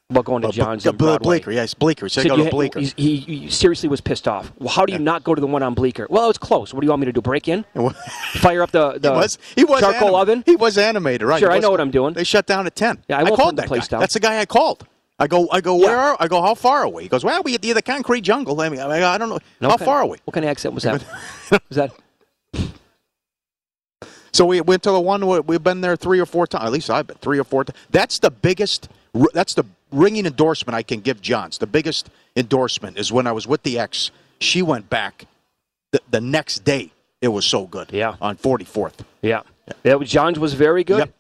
[SPEAKER 5] about going to
[SPEAKER 6] Uh, B-
[SPEAKER 5] John's.
[SPEAKER 6] yeah,
[SPEAKER 5] and
[SPEAKER 6] Ble-
[SPEAKER 5] Broadway.
[SPEAKER 6] Bleecker, yes, Bleecker. He said go to
[SPEAKER 5] you ha-
[SPEAKER 6] Bleecker.
[SPEAKER 5] he's- He, he seriously was pissed off. Well, how do you not go to the one on Bleecker? Well, it's close. What do you want me to do? Break in? Fire up the, the
[SPEAKER 6] he was he was
[SPEAKER 5] charcoal
[SPEAKER 6] anim-
[SPEAKER 5] oven?
[SPEAKER 6] He was animated, right?
[SPEAKER 5] Sure,
[SPEAKER 6] He
[SPEAKER 5] I know
[SPEAKER 6] was-
[SPEAKER 5] what I'm doing.
[SPEAKER 6] They shut down at ten.
[SPEAKER 5] Yeah, I
[SPEAKER 6] I
[SPEAKER 5] won't
[SPEAKER 6] called
[SPEAKER 5] put the
[SPEAKER 6] that
[SPEAKER 5] place
[SPEAKER 6] guy.
[SPEAKER 5] down.
[SPEAKER 6] That's the guy I called. I go, I go, Oh, where are? I go, how far away? He goes, well, we at the, the concrete jungle. I mean, I, I don't know,
[SPEAKER 5] No,
[SPEAKER 6] how
[SPEAKER 5] okay.
[SPEAKER 6] far away.
[SPEAKER 5] What kind of accent was that? was that?
[SPEAKER 6] So we went to the one where we've been there three or four times. At least I've been three or four times. That's the biggest. That's the ringing endorsement I can give Johns. The biggest endorsement is when I was with the ex. She went back the, the next day. It was so good. Yeah. On 44th.
[SPEAKER 5] Yeah. That was, John's was very good.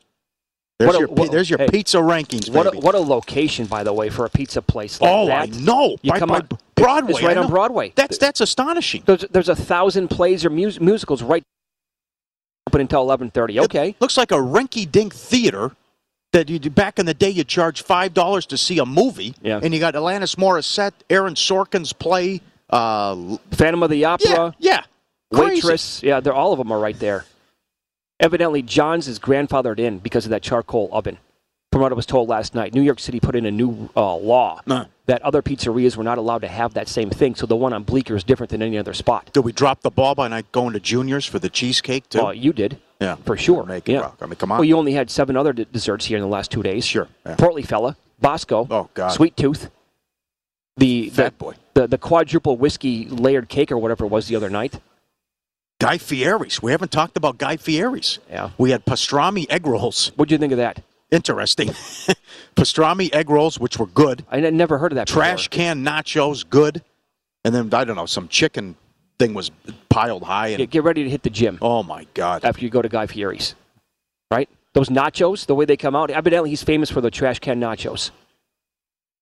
[SPEAKER 6] There's
[SPEAKER 5] What a-
[SPEAKER 6] your pi-
[SPEAKER 5] what-
[SPEAKER 6] there's your
[SPEAKER 5] hey,
[SPEAKER 6] pizza rankings,
[SPEAKER 5] What a,
[SPEAKER 6] baby.
[SPEAKER 5] what a location, by the way, for a pizza place. Like
[SPEAKER 6] Oh, I
[SPEAKER 5] that.
[SPEAKER 6] know.
[SPEAKER 5] You
[SPEAKER 6] By-
[SPEAKER 5] come
[SPEAKER 6] by
[SPEAKER 5] on
[SPEAKER 6] Broadway,
[SPEAKER 5] It's right
[SPEAKER 6] I
[SPEAKER 5] on
[SPEAKER 6] know.
[SPEAKER 5] Broadway.
[SPEAKER 6] That's that's astonishing.
[SPEAKER 5] There's, there's a thousand plays or mus- musicals right open until 11:30. Okay.
[SPEAKER 6] Looks like a rinky-dink theater that you back in the day you charged five dollars to see a movie.
[SPEAKER 5] Yeah.
[SPEAKER 6] And you got Alanis Morissette, Aaron Sorkin's play, uh,
[SPEAKER 5] Phantom of the Opera.
[SPEAKER 6] Yeah. yeah. Crazy.
[SPEAKER 5] Waitress. Yeah, they're all of them are right there. Evidently, John's is grandfathered in because of that charcoal oven. From what I was told last night, New York City put in a new uh, law that other pizzerias were not allowed to have that same thing. So the one on Bleecker is different than any other spot.
[SPEAKER 6] Did we drop the ball by not going to juniors for the cheesecake too?
[SPEAKER 5] Well, you did.
[SPEAKER 6] yeah,
[SPEAKER 5] for sure.
[SPEAKER 6] Make it
[SPEAKER 5] Yeah.
[SPEAKER 6] rock. I mean, come on.
[SPEAKER 5] Well, you only had seven other d- desserts here in the last two days. Sure. Portly fella, Bosco. Oh
[SPEAKER 6] God.
[SPEAKER 5] Sweet Tooth. The
[SPEAKER 6] Fat
[SPEAKER 5] the,
[SPEAKER 6] boy.
[SPEAKER 5] The the quadruple whiskey layered cake or whatever it was the other night.
[SPEAKER 6] Guy Fieri's. We haven't talked about Guy Fieri's. Yeah. We had pastrami egg rolls.
[SPEAKER 5] What'd you think of that?
[SPEAKER 6] Interesting. pastrami egg rolls, which were good.
[SPEAKER 5] I had never heard of that.
[SPEAKER 6] Trash can nachos, good. And then I don't know, some chicken thing was piled high. And
[SPEAKER 5] Get, get ready to hit the gym.
[SPEAKER 6] Oh my God!
[SPEAKER 5] After you go to Guy Fieri's, right? Those nachos, the way they come out. Evidently, he's famous for the trash can nachos.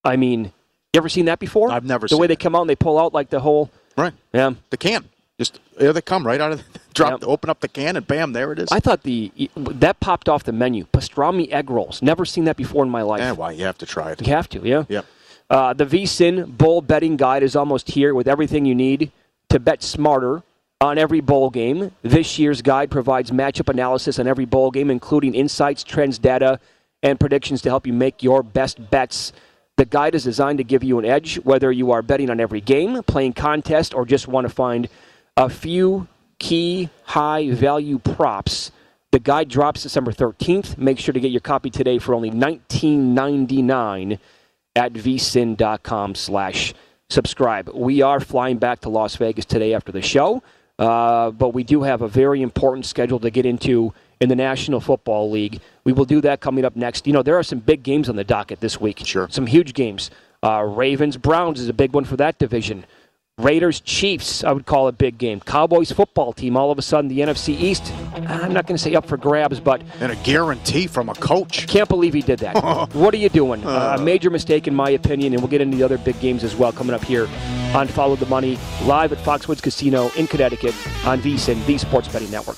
[SPEAKER 5] I mean, you ever seen that before? I've never. The way they come out and they pull out like the whole.
[SPEAKER 6] Right.
[SPEAKER 5] Yeah.
[SPEAKER 6] The can. Just here they come right out of the, drop. Open up the can and bam, there it is.
[SPEAKER 5] I thought the that popped off the menu. Pastrami egg rolls. Never seen that before in my life.
[SPEAKER 6] Eh, why you have to try it.
[SPEAKER 5] You have to, yeah.
[SPEAKER 6] Yep.
[SPEAKER 5] Uh, the VSIN Bowl Betting Guide is almost here with everything you need to bet smarter on every bowl game. This year's guide provides matchup analysis on every bowl game, including insights, trends, data, and predictions to help you make your best bets. The guide is designed to give you an edge, whether you are betting on every game, playing contest, or just want to find a few key high value props. The guide drops December 13th. Make sure to get your copy today for only $19.99 at vsin.com slash subscribe. We are flying back to Las Vegas today after the show, uh, but we do have a very important schedule to get into in the National Football League. We will do that coming up next. You know, there are some big games on the docket this week. Sure. Some huge games. Uh, Ravens Browns is a big one for that division. Raiders Chiefs, I would call a big game. Cowboys football team, all of a sudden, the NFC East, I'm not going to say up for grabs, but.
[SPEAKER 6] And a guarantee from a coach.
[SPEAKER 5] Can't believe he did that. what are you doing? Uh, a major mistake, in my opinion, and we'll get into the other big games as well coming up here on Follow the Money, live at Foxwoods Casino in Connecticut on VSIN, the Sports Betting Network.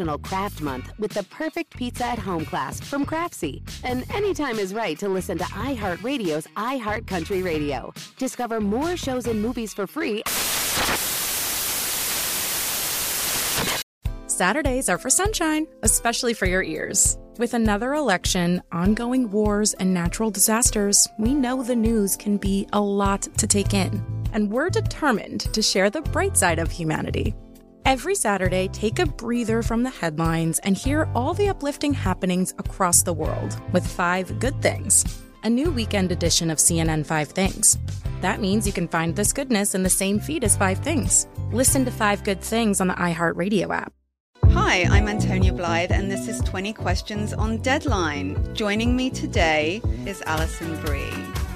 [SPEAKER 8] National Craft Month with the perfect pizza at home class from Craftsy. And anytime is right to listen to iHeartRadio's iHeartCountry Radio. Discover more shows and movies for free.
[SPEAKER 9] Saturdays are for sunshine, especially for your ears. With another election, ongoing wars, and natural disasters, we know the news can be a lot to take in. And we're determined to share the bright side of humanity. Every Saturday, take a breather from the headlines and hear all the uplifting happenings across the world with Five Good Things, a new weekend edition of CNN Five Things. That means you can find this goodness in the same feed as Five Things. Listen to Five Good Things on the iHeartRadio app.
[SPEAKER 11] Hi, I'm Antonia Blythe, and this is 20 Questions on Deadline. Joining me today is Alison Bree.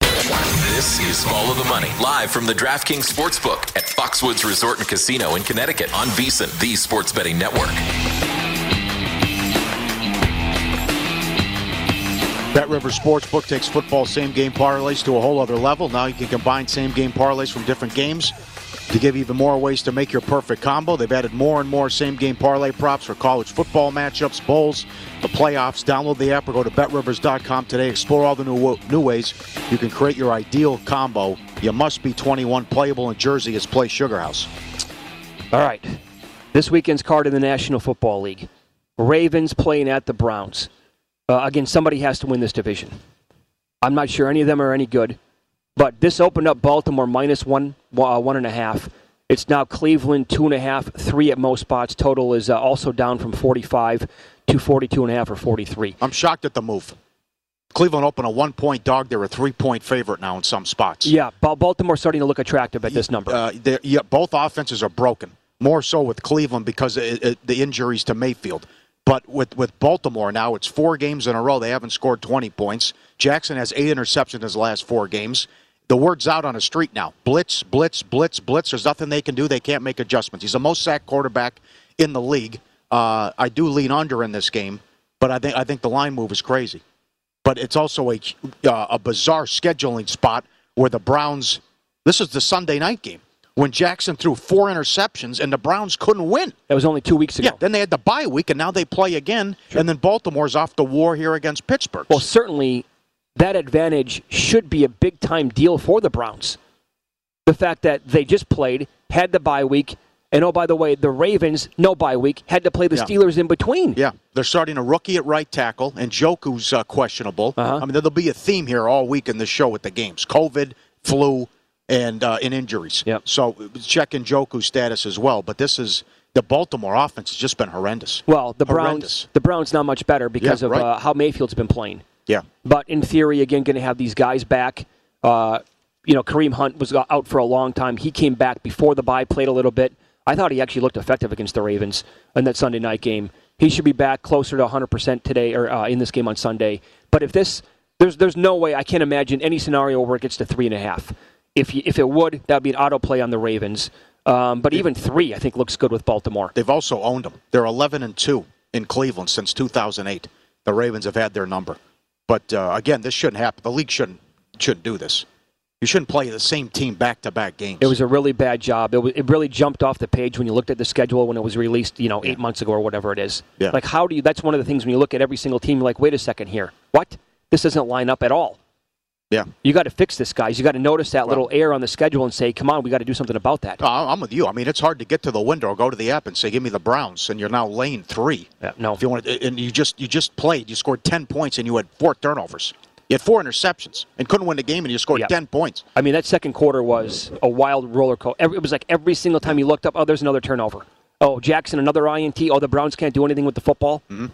[SPEAKER 4] This is Follow the Money, live from the DraftKings Sportsbook at Foxwoods Resort and Casino in Connecticut on VEASAN, the sports betting network.
[SPEAKER 6] Bet River Sportsbook takes football same game parlays to a whole other level. Now you can combine same game parlays from different games to give even more ways to make your perfect combo. They've added more and more same game parlay props for college football matchups, bowls, the playoffs. Download the app or go to betrivers.com today. Explore all the new wo- new ways you can create your ideal combo. You must be 21 playable in Jersey is Play Sugar House.
[SPEAKER 5] All right. This weekend's card in the National Football League Ravens playing at the Browns. Uh, again, somebody has to win this division. I'm not sure any of them are any good, but this opened up Baltimore minus one, uh, one and a half. It's now Cleveland two and a half, three at most spots. Total is uh, also down from 45 to 42 and a half or 43.
[SPEAKER 6] I'm shocked at the move. Cleveland opened a one point dog. They're a three point favorite now in some spots.
[SPEAKER 5] Yeah, Ba- Baltimore's starting to look attractive at this number.
[SPEAKER 6] Uh, they're- yeah, both offenses are broken. More so with Cleveland because it, it, the injuries to Mayfield. But with, with Baltimore now, it's four games in a row. They haven't scored 20 points. Jackson has eight interceptions in his last four games. The word's out on the street now. Blitz, blitz, blitz, blitz. There's nothing they can do. They can't make adjustments. He's the most sacked quarterback in the league. Uh, I do lean under in this game, but I think I think the line move is crazy but it's also a uh, a bizarre scheduling spot where the Browns. This is the Sunday night game when Jackson threw four interceptions and the Browns couldn't win.
[SPEAKER 5] That was only two weeks ago.
[SPEAKER 6] Yeah, then they had the bye week and now they play again, and then Baltimore's off the war here against Pittsburgh.
[SPEAKER 5] Well, certainly that advantage should be a big time deal for the Browns. The fact that they just played, had the bye week, and oh, by the way, the Ravens, no bye week, had to play the
[SPEAKER 6] Yeah.
[SPEAKER 5] Steelers in between.
[SPEAKER 6] Yeah, they're starting a rookie at right tackle, and Joku's uh, questionable. I mean, there'll be a theme here all week in the show with the games: COVID, flu, and uh, and injuries. Yep. So check in Joku's status as well. But this is the Baltimore offense has just been horrendous.
[SPEAKER 5] Well, the Browns,
[SPEAKER 6] Horrendous.
[SPEAKER 5] the Browns, not much better because
[SPEAKER 6] Yeah,
[SPEAKER 5] of
[SPEAKER 6] right.
[SPEAKER 5] uh, how Mayfield's been playing.
[SPEAKER 6] Yeah.
[SPEAKER 5] But in theory, again, going to have these guys back. Uh, you know, Kareem Hunt was out for a long time. He came back before the bye, played a little bit. I thought he actually looked effective against the Ravens in that Sunday night game. He should be back closer to 100% today or uh, in this game on Sunday. But if this, there's there's no way I can't imagine any scenario where it gets to three and a half. If you, if it would, that would be an auto play on the Ravens. Um, but even three, I think, looks good with Baltimore.
[SPEAKER 6] They've also owned them. They're 11 and 2 in Cleveland since 2008. The Ravens have had their number. But uh, again, this shouldn't happen. The league shouldn't shouldn't do this. You shouldn't play the same team back to back games.
[SPEAKER 5] It was a really bad job. It, was, it really jumped off the page when you looked at the schedule when it was released, you know, eight months ago or whatever it is.
[SPEAKER 6] Yeah.
[SPEAKER 5] Like, how do you? That's one of the things when you look at every single team, you're like, wait a second here. What? This doesn't line up at all.
[SPEAKER 6] Yeah.
[SPEAKER 5] You got to fix this, guys. You got to notice that little error on the schedule and say, come on, we got to do something about that.
[SPEAKER 6] No, I- I'm with you. I mean, it's hard to get to the window. Go to the app and say, "Give me the Browns," and you're now lane three.
[SPEAKER 5] no,
[SPEAKER 6] if you want, and you just you just played. You scored 10 points and you had four turnovers. You had four interceptions and couldn't win the game, and you scored
[SPEAKER 5] Yeah.
[SPEAKER 6] 10 points.
[SPEAKER 5] I mean, that second quarter was a wild roller coaster. Every, it was like every single time you looked up, oh, there's another turnover. Oh, Jackson, another INT. Oh, the Browns can't do anything with the football.
[SPEAKER 6] Mm-hmm.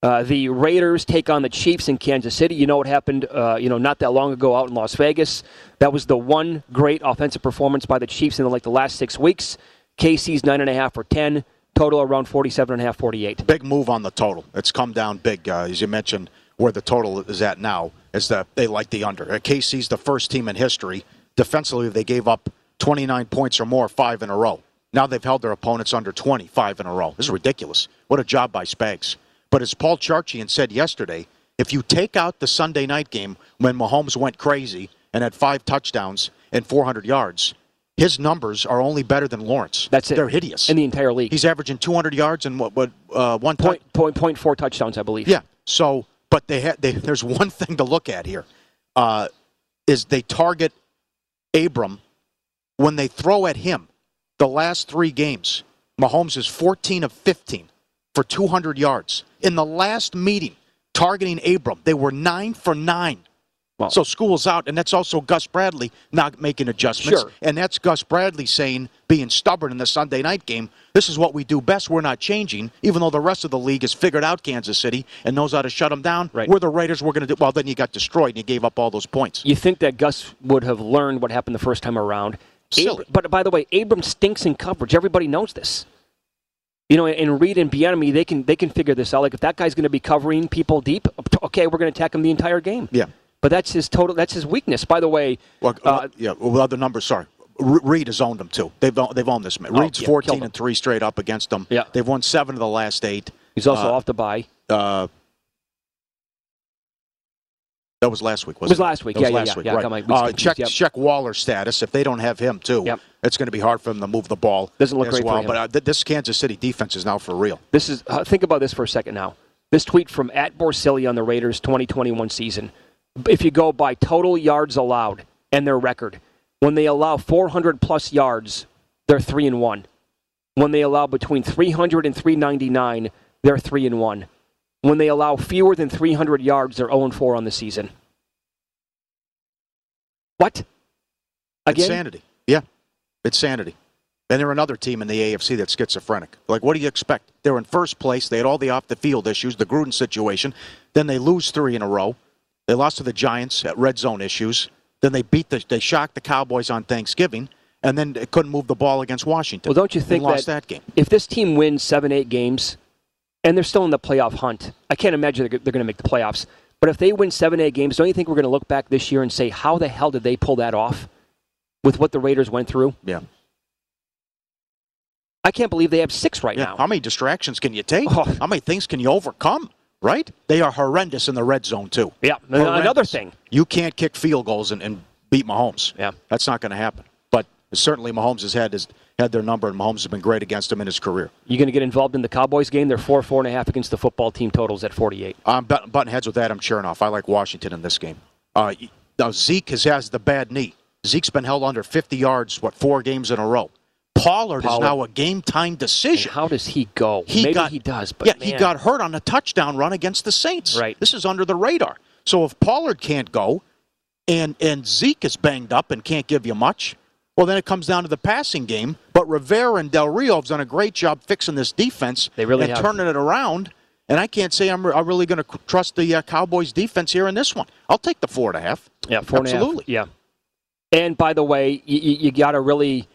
[SPEAKER 5] Uh, the Raiders take on the Chiefs in Kansas City. You know what happened, uh, you know, not that long ago out in Las Vegas. That was the one great offensive performance by the Chiefs in like the last six weeks. KC's 9.5 or 10. Total around 47.5, 48.
[SPEAKER 6] Big move on the total. It's come down big, uh, as you mentioned, where the total is at now. Is that they like the under? Uh, KC's the first team in history defensively. They gave up 29 points or more five in a row. Now they've held their opponents under 25 in a row. This is ridiculous. What a job by Spags. But as Paul Charchian said yesterday, if you take out the Sunday night game when Mahomes went crazy and had five touchdowns and 400 yards, his numbers are only better than Lawrence.
[SPEAKER 5] That's it.
[SPEAKER 6] They're hideous
[SPEAKER 5] in the entire league.
[SPEAKER 6] He's averaging 200 yards and what what uh, one point,
[SPEAKER 5] point point four touchdowns, I believe.
[SPEAKER 6] Yeah. So, but they, ha- they there's one thing to look at here, uh, is they target Abram when they throw at him. The last three games, Mahomes is 14 of 15 for 200 yards. In the last meeting, targeting Abram, they were nine for nine.
[SPEAKER 5] Wow.
[SPEAKER 6] So school's out, and that's also Gus Bradley not making adjustments.
[SPEAKER 5] Sure.
[SPEAKER 6] And that's Gus Bradley saying, being stubborn in the Sunday night game, this is what we do best. We're not changing, even though the rest of the league has figured out Kansas City and knows how to shut them down.
[SPEAKER 5] Right.
[SPEAKER 6] We're the Raiders. We're going to do. Well, then you got destroyed and you gave up all those points.
[SPEAKER 5] You think that Gus would have learned what happened the first time around?
[SPEAKER 6] Silly.
[SPEAKER 5] Ab- but by the way, Abram stinks in coverage. Everybody knows this. You know, and Reed and Bienemy, they can they can figure this out. Like if that guy's going to be covering people deep, okay, we're going to attack him the entire game.
[SPEAKER 6] Yeah.
[SPEAKER 5] But that's his total. That's his weakness. By the way,
[SPEAKER 6] Well, uh, yeah. Well, the numbers. Sorry, Re- Reed has owned them too. They've owned, they've owned this man.
[SPEAKER 5] Oh,
[SPEAKER 6] Reed's
[SPEAKER 5] yeah, killed
[SPEAKER 6] fourteen
[SPEAKER 5] them.
[SPEAKER 6] and three straight up against them.
[SPEAKER 5] Yeah.
[SPEAKER 6] They've won seven of the last eight.
[SPEAKER 5] he's also
[SPEAKER 6] Uh,
[SPEAKER 5] off the bye.
[SPEAKER 6] Uh, that was last week,
[SPEAKER 5] It
[SPEAKER 6] wasn't
[SPEAKER 5] was last week.
[SPEAKER 6] That was
[SPEAKER 5] Yeah, yeah,
[SPEAKER 6] last
[SPEAKER 5] yeah,
[SPEAKER 6] week,
[SPEAKER 5] yeah. I
[SPEAKER 6] right.
[SPEAKER 5] got my weeks
[SPEAKER 6] Uh,
[SPEAKER 5] confused,
[SPEAKER 6] check
[SPEAKER 5] yep.
[SPEAKER 6] check Waller status. If they don't have him too, it's going to be hard for them to move the ball.
[SPEAKER 5] Doesn't look
[SPEAKER 6] as
[SPEAKER 5] great for
[SPEAKER 6] well.
[SPEAKER 5] him.
[SPEAKER 6] But uh, th- this Kansas City defense is now for real.
[SPEAKER 5] This is uh, think about this for a second now. This tweet from at Borsilli on the Raiders 2021 season. If you go by total yards allowed and their record, when they allow 400 plus yards, they're three and one. When they allow between 300 and 399, they're three and one. When they allow fewer than 300 yards, they're 0 and four on the season. What? Again?
[SPEAKER 6] It's sanity. Yeah, it's sanity. And they're another team in the AFC that's schizophrenic. Like, what do you expect? They're in first place. They had all the off the field issues, the Gruden situation. Then they lose three in a row. They lost to the Giants at red zone issues. Then they beat the, they shocked the Cowboys on Thanksgiving, and then they couldn't move the ball against Washington.
[SPEAKER 5] Well, don't you
[SPEAKER 6] They
[SPEAKER 5] think
[SPEAKER 6] lost that, game?
[SPEAKER 5] If this team wins seven, eight games, and they're still in the playoff hunt, I can't imagine they're, they're going to make the playoffs. But if they win seven, eight games, don't you think we're going to look back this year and say, how the hell did they pull that off with what the Raiders went through?
[SPEAKER 6] Yeah.
[SPEAKER 5] I can't believe they have six right
[SPEAKER 6] Yeah.
[SPEAKER 5] now.
[SPEAKER 6] How many distractions can you take?
[SPEAKER 5] Oh.
[SPEAKER 6] How many things can you overcome? Right? They are horrendous in the red zone too.
[SPEAKER 5] Yeah. And Another thing.
[SPEAKER 6] You can't kick field goals and, and beat Mahomes.
[SPEAKER 5] Yeah.
[SPEAKER 6] That's not going to happen. But certainly Mahomes has had his had their number, and Mahomes has been great against them in his career.
[SPEAKER 5] You're going to get involved in the Cowboys game. They're four, four and a half against the football team totals at 48.
[SPEAKER 6] I'm button, button heads with Adam Chernoff. I like Washington in this game. Uh, now Zeke has, has the bad knee. Zeke's been held under 50 yards, what, four games in a row. Pollard, is
[SPEAKER 5] Pollard.
[SPEAKER 6] now a game time decision.
[SPEAKER 5] How does he go?
[SPEAKER 6] He
[SPEAKER 5] Maybe
[SPEAKER 6] got-
[SPEAKER 5] he does, but
[SPEAKER 6] yeah, he
[SPEAKER 5] man.
[SPEAKER 6] got hurt on a touchdown run against the Saints.
[SPEAKER 5] Right.
[SPEAKER 6] This is under the radar. So if Pollard can't go, and and Zeke is banged up and can't give you much, well then it comes down to the passing game. But Rivera and Del Rio have done a great job fixing this defense. They
[SPEAKER 5] really
[SPEAKER 6] and
[SPEAKER 5] have.
[SPEAKER 6] turning it around. And I can't say I'm, I'm really going to trust the uh, Cowboys defense here in this one. I'll take the four and a half.
[SPEAKER 5] Yeah, four and a half.
[SPEAKER 6] Absolutely.
[SPEAKER 5] Yeah. And by the way, you, you, you got to really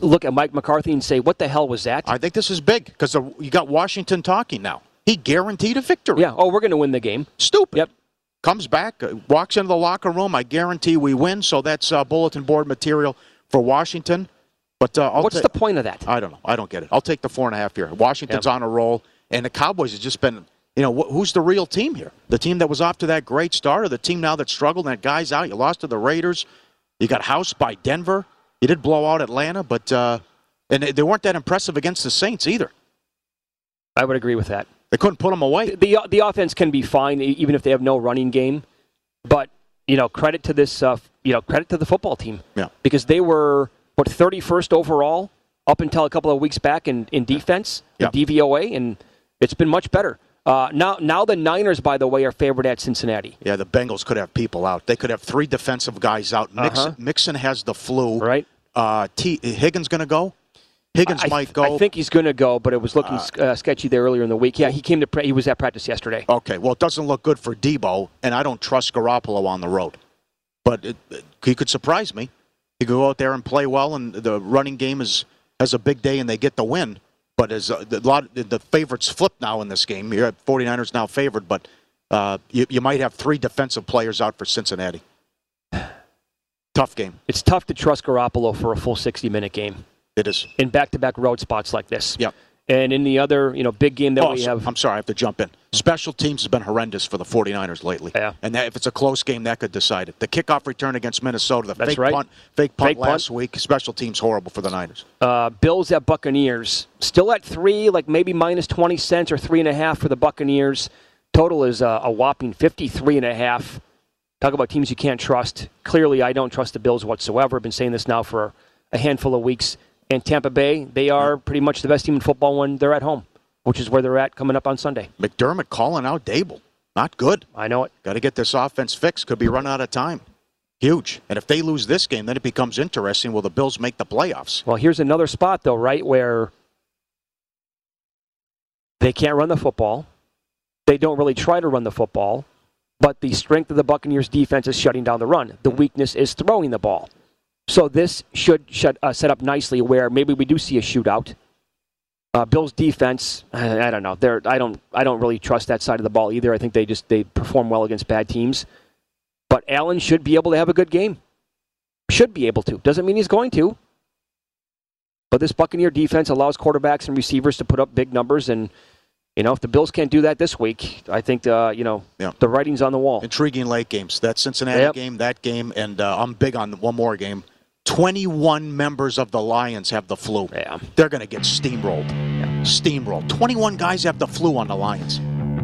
[SPEAKER 5] look at Mike McCarthy and say, what the hell was that?
[SPEAKER 6] I think this is big because you got Washington talking now. He guaranteed a victory.
[SPEAKER 5] Yeah. Oh, we're going to win the game.
[SPEAKER 6] Stupid.
[SPEAKER 5] Yep.
[SPEAKER 6] Comes back, uh, walks into the locker room. I guarantee we win. So that's uh, bulletin board material for Washington. But uh, I'll
[SPEAKER 5] What's
[SPEAKER 6] ta-
[SPEAKER 5] the point of that?
[SPEAKER 6] I don't know. I don't get it. I'll take the four and a half here. Washington's
[SPEAKER 5] Yep.
[SPEAKER 6] on a roll, and the Cowboys have just been. You know wh- who's the real team here? The team that was off to that great start, or the team now that struggled? And that guy's out. You lost to the Raiders. You got housed by Denver. You did blow out Atlanta, but uh, and they- they weren't that impressive against the Saints either.
[SPEAKER 5] I would agree with that.
[SPEAKER 6] They couldn't put them away.
[SPEAKER 5] The the offense can be fine e- even if they have no running game, but you know credit to this uh, f- you know credit to the football team
[SPEAKER 6] Yeah.
[SPEAKER 5] because they were what 31st overall up until a couple of weeks back in in defense in DVOA and it's been much better. Uh, now now the Niners by the way are favored at Cincinnati.
[SPEAKER 6] Yeah, the Bengals could have people out. They could have three defensive guys out. Mixon,
[SPEAKER 5] Uh-huh.
[SPEAKER 6] Mixon has the flu.
[SPEAKER 5] Right.
[SPEAKER 6] Uh, T, Higgins going to go? Higgins
[SPEAKER 5] I,
[SPEAKER 6] might go.
[SPEAKER 5] I think he's going to go, but it was looking s- uh, sketchy there earlier in the week. Yeah, he came to pra- he was at practice yesterday.
[SPEAKER 6] okay, well, it doesn't look good for Debo, and I don't trust Garoppolo on the road. But it, it- he could surprise me. He could go out there and play well, and the running game is has a big day and they get the win. But as a the lot, the- the favorites flip now in this game, you're at 49ers now favored, but uh, you, you might have three defensive players out for Cincinnati. Tough game.
[SPEAKER 5] It's tough to trust Garoppolo for a full 60 minute game.
[SPEAKER 6] It is.
[SPEAKER 5] In back to back road spots like this.
[SPEAKER 6] Yep.
[SPEAKER 5] And in the other, you know, big game that
[SPEAKER 6] Oh,
[SPEAKER 5] we
[SPEAKER 6] so-
[SPEAKER 5] have.
[SPEAKER 6] I'm sorry, I have to jump in. Special teams has been horrendous for the 49ers lately. Yeah. And that, if it's a close game, that could decide it. The kickoff return against Minnesota, the
[SPEAKER 5] That's
[SPEAKER 6] fake
[SPEAKER 5] right.
[SPEAKER 6] punt, fake punt
[SPEAKER 5] Fake punt.
[SPEAKER 6] last week, special teams horrible for the Niners.
[SPEAKER 5] Uh, Bills at Buccaneers. Still at three, like maybe minus 20 cents or three and a half for the Buccaneers. Total is uh, a whopping 53 and a half. Talk about teams you can't trust. Clearly, I don't trust the Bills whatsoever. I've been saying this now for a handful of weeks. And Tampa Bay, they are pretty much the best team in football when they're at home, which is where they're at coming up on Sunday.
[SPEAKER 6] McDermott calling out Dable. Not good.
[SPEAKER 5] I know it.
[SPEAKER 6] Got to get this offense fixed. Could be run out of time. Huge. And if they lose this game, then it becomes interesting. Will the Bills make the playoffs?
[SPEAKER 5] Well, here's another spot, though, right, where they can't run the football. They don't really try to run the football, but the strength of the Buccaneers' defense is shutting down the run. The weakness is throwing the ball. So this should shut, uh, set up nicely where maybe we do see a shootout. Uh, Bills' defense, I I don't know. They're, I don't, I don't really trust that side of the ball either. I think they just they perform well against bad teams. But Allen should be able to have a good game. Should be able to. Doesn't mean he's going to. But this Buccaneer defense allows quarterbacks and receivers to put up big numbers, and you know if the Bills can't do that this week, I think uh, you know
[SPEAKER 6] Yeah.
[SPEAKER 5] the writing's on the wall.
[SPEAKER 6] Intriguing late games. That Cincinnati
[SPEAKER 5] Yep.
[SPEAKER 6] game, that game, and uh, I'm big on one more game. 21 members of the Lions have the flu.
[SPEAKER 5] Yeah.
[SPEAKER 6] They're going to get steamrolled. Steamrolled. 21 guys have the flu on the Lions.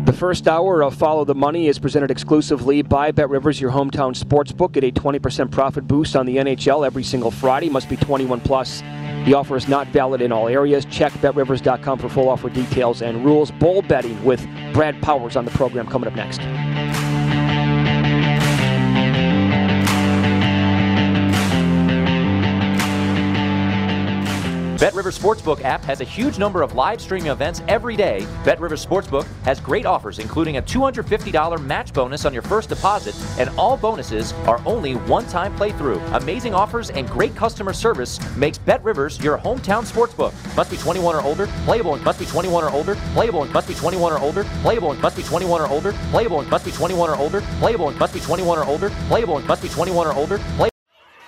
[SPEAKER 5] The first hour of Follow the Money is presented exclusively by Bet Rivers, your hometown sports book. Get a 20% profit boost on the NHL every single Friday. Must be 21 plus. The offer is not valid in all areas. Check betrivers.com for full offer details and rules. Bowl betting with Brad Powers on the program coming up next.
[SPEAKER 12] BetRivers Sportsbook app has a huge number of live streaming events every day. BetRivers Sportsbook has great offers, including a $250 match bonus on your first deposit, and all bonuses are only one-time playthrough. Amazing offers and great customer service makes BetRivers your hometown sportsbook. Must be 21 or older. Playable and must be 21 or older. Playable and must be 21 or older. Playable and must be 21 or older. Playable and must be 21 or older. Playable and must be 21 or older. Playable and must be 21 or older. Play-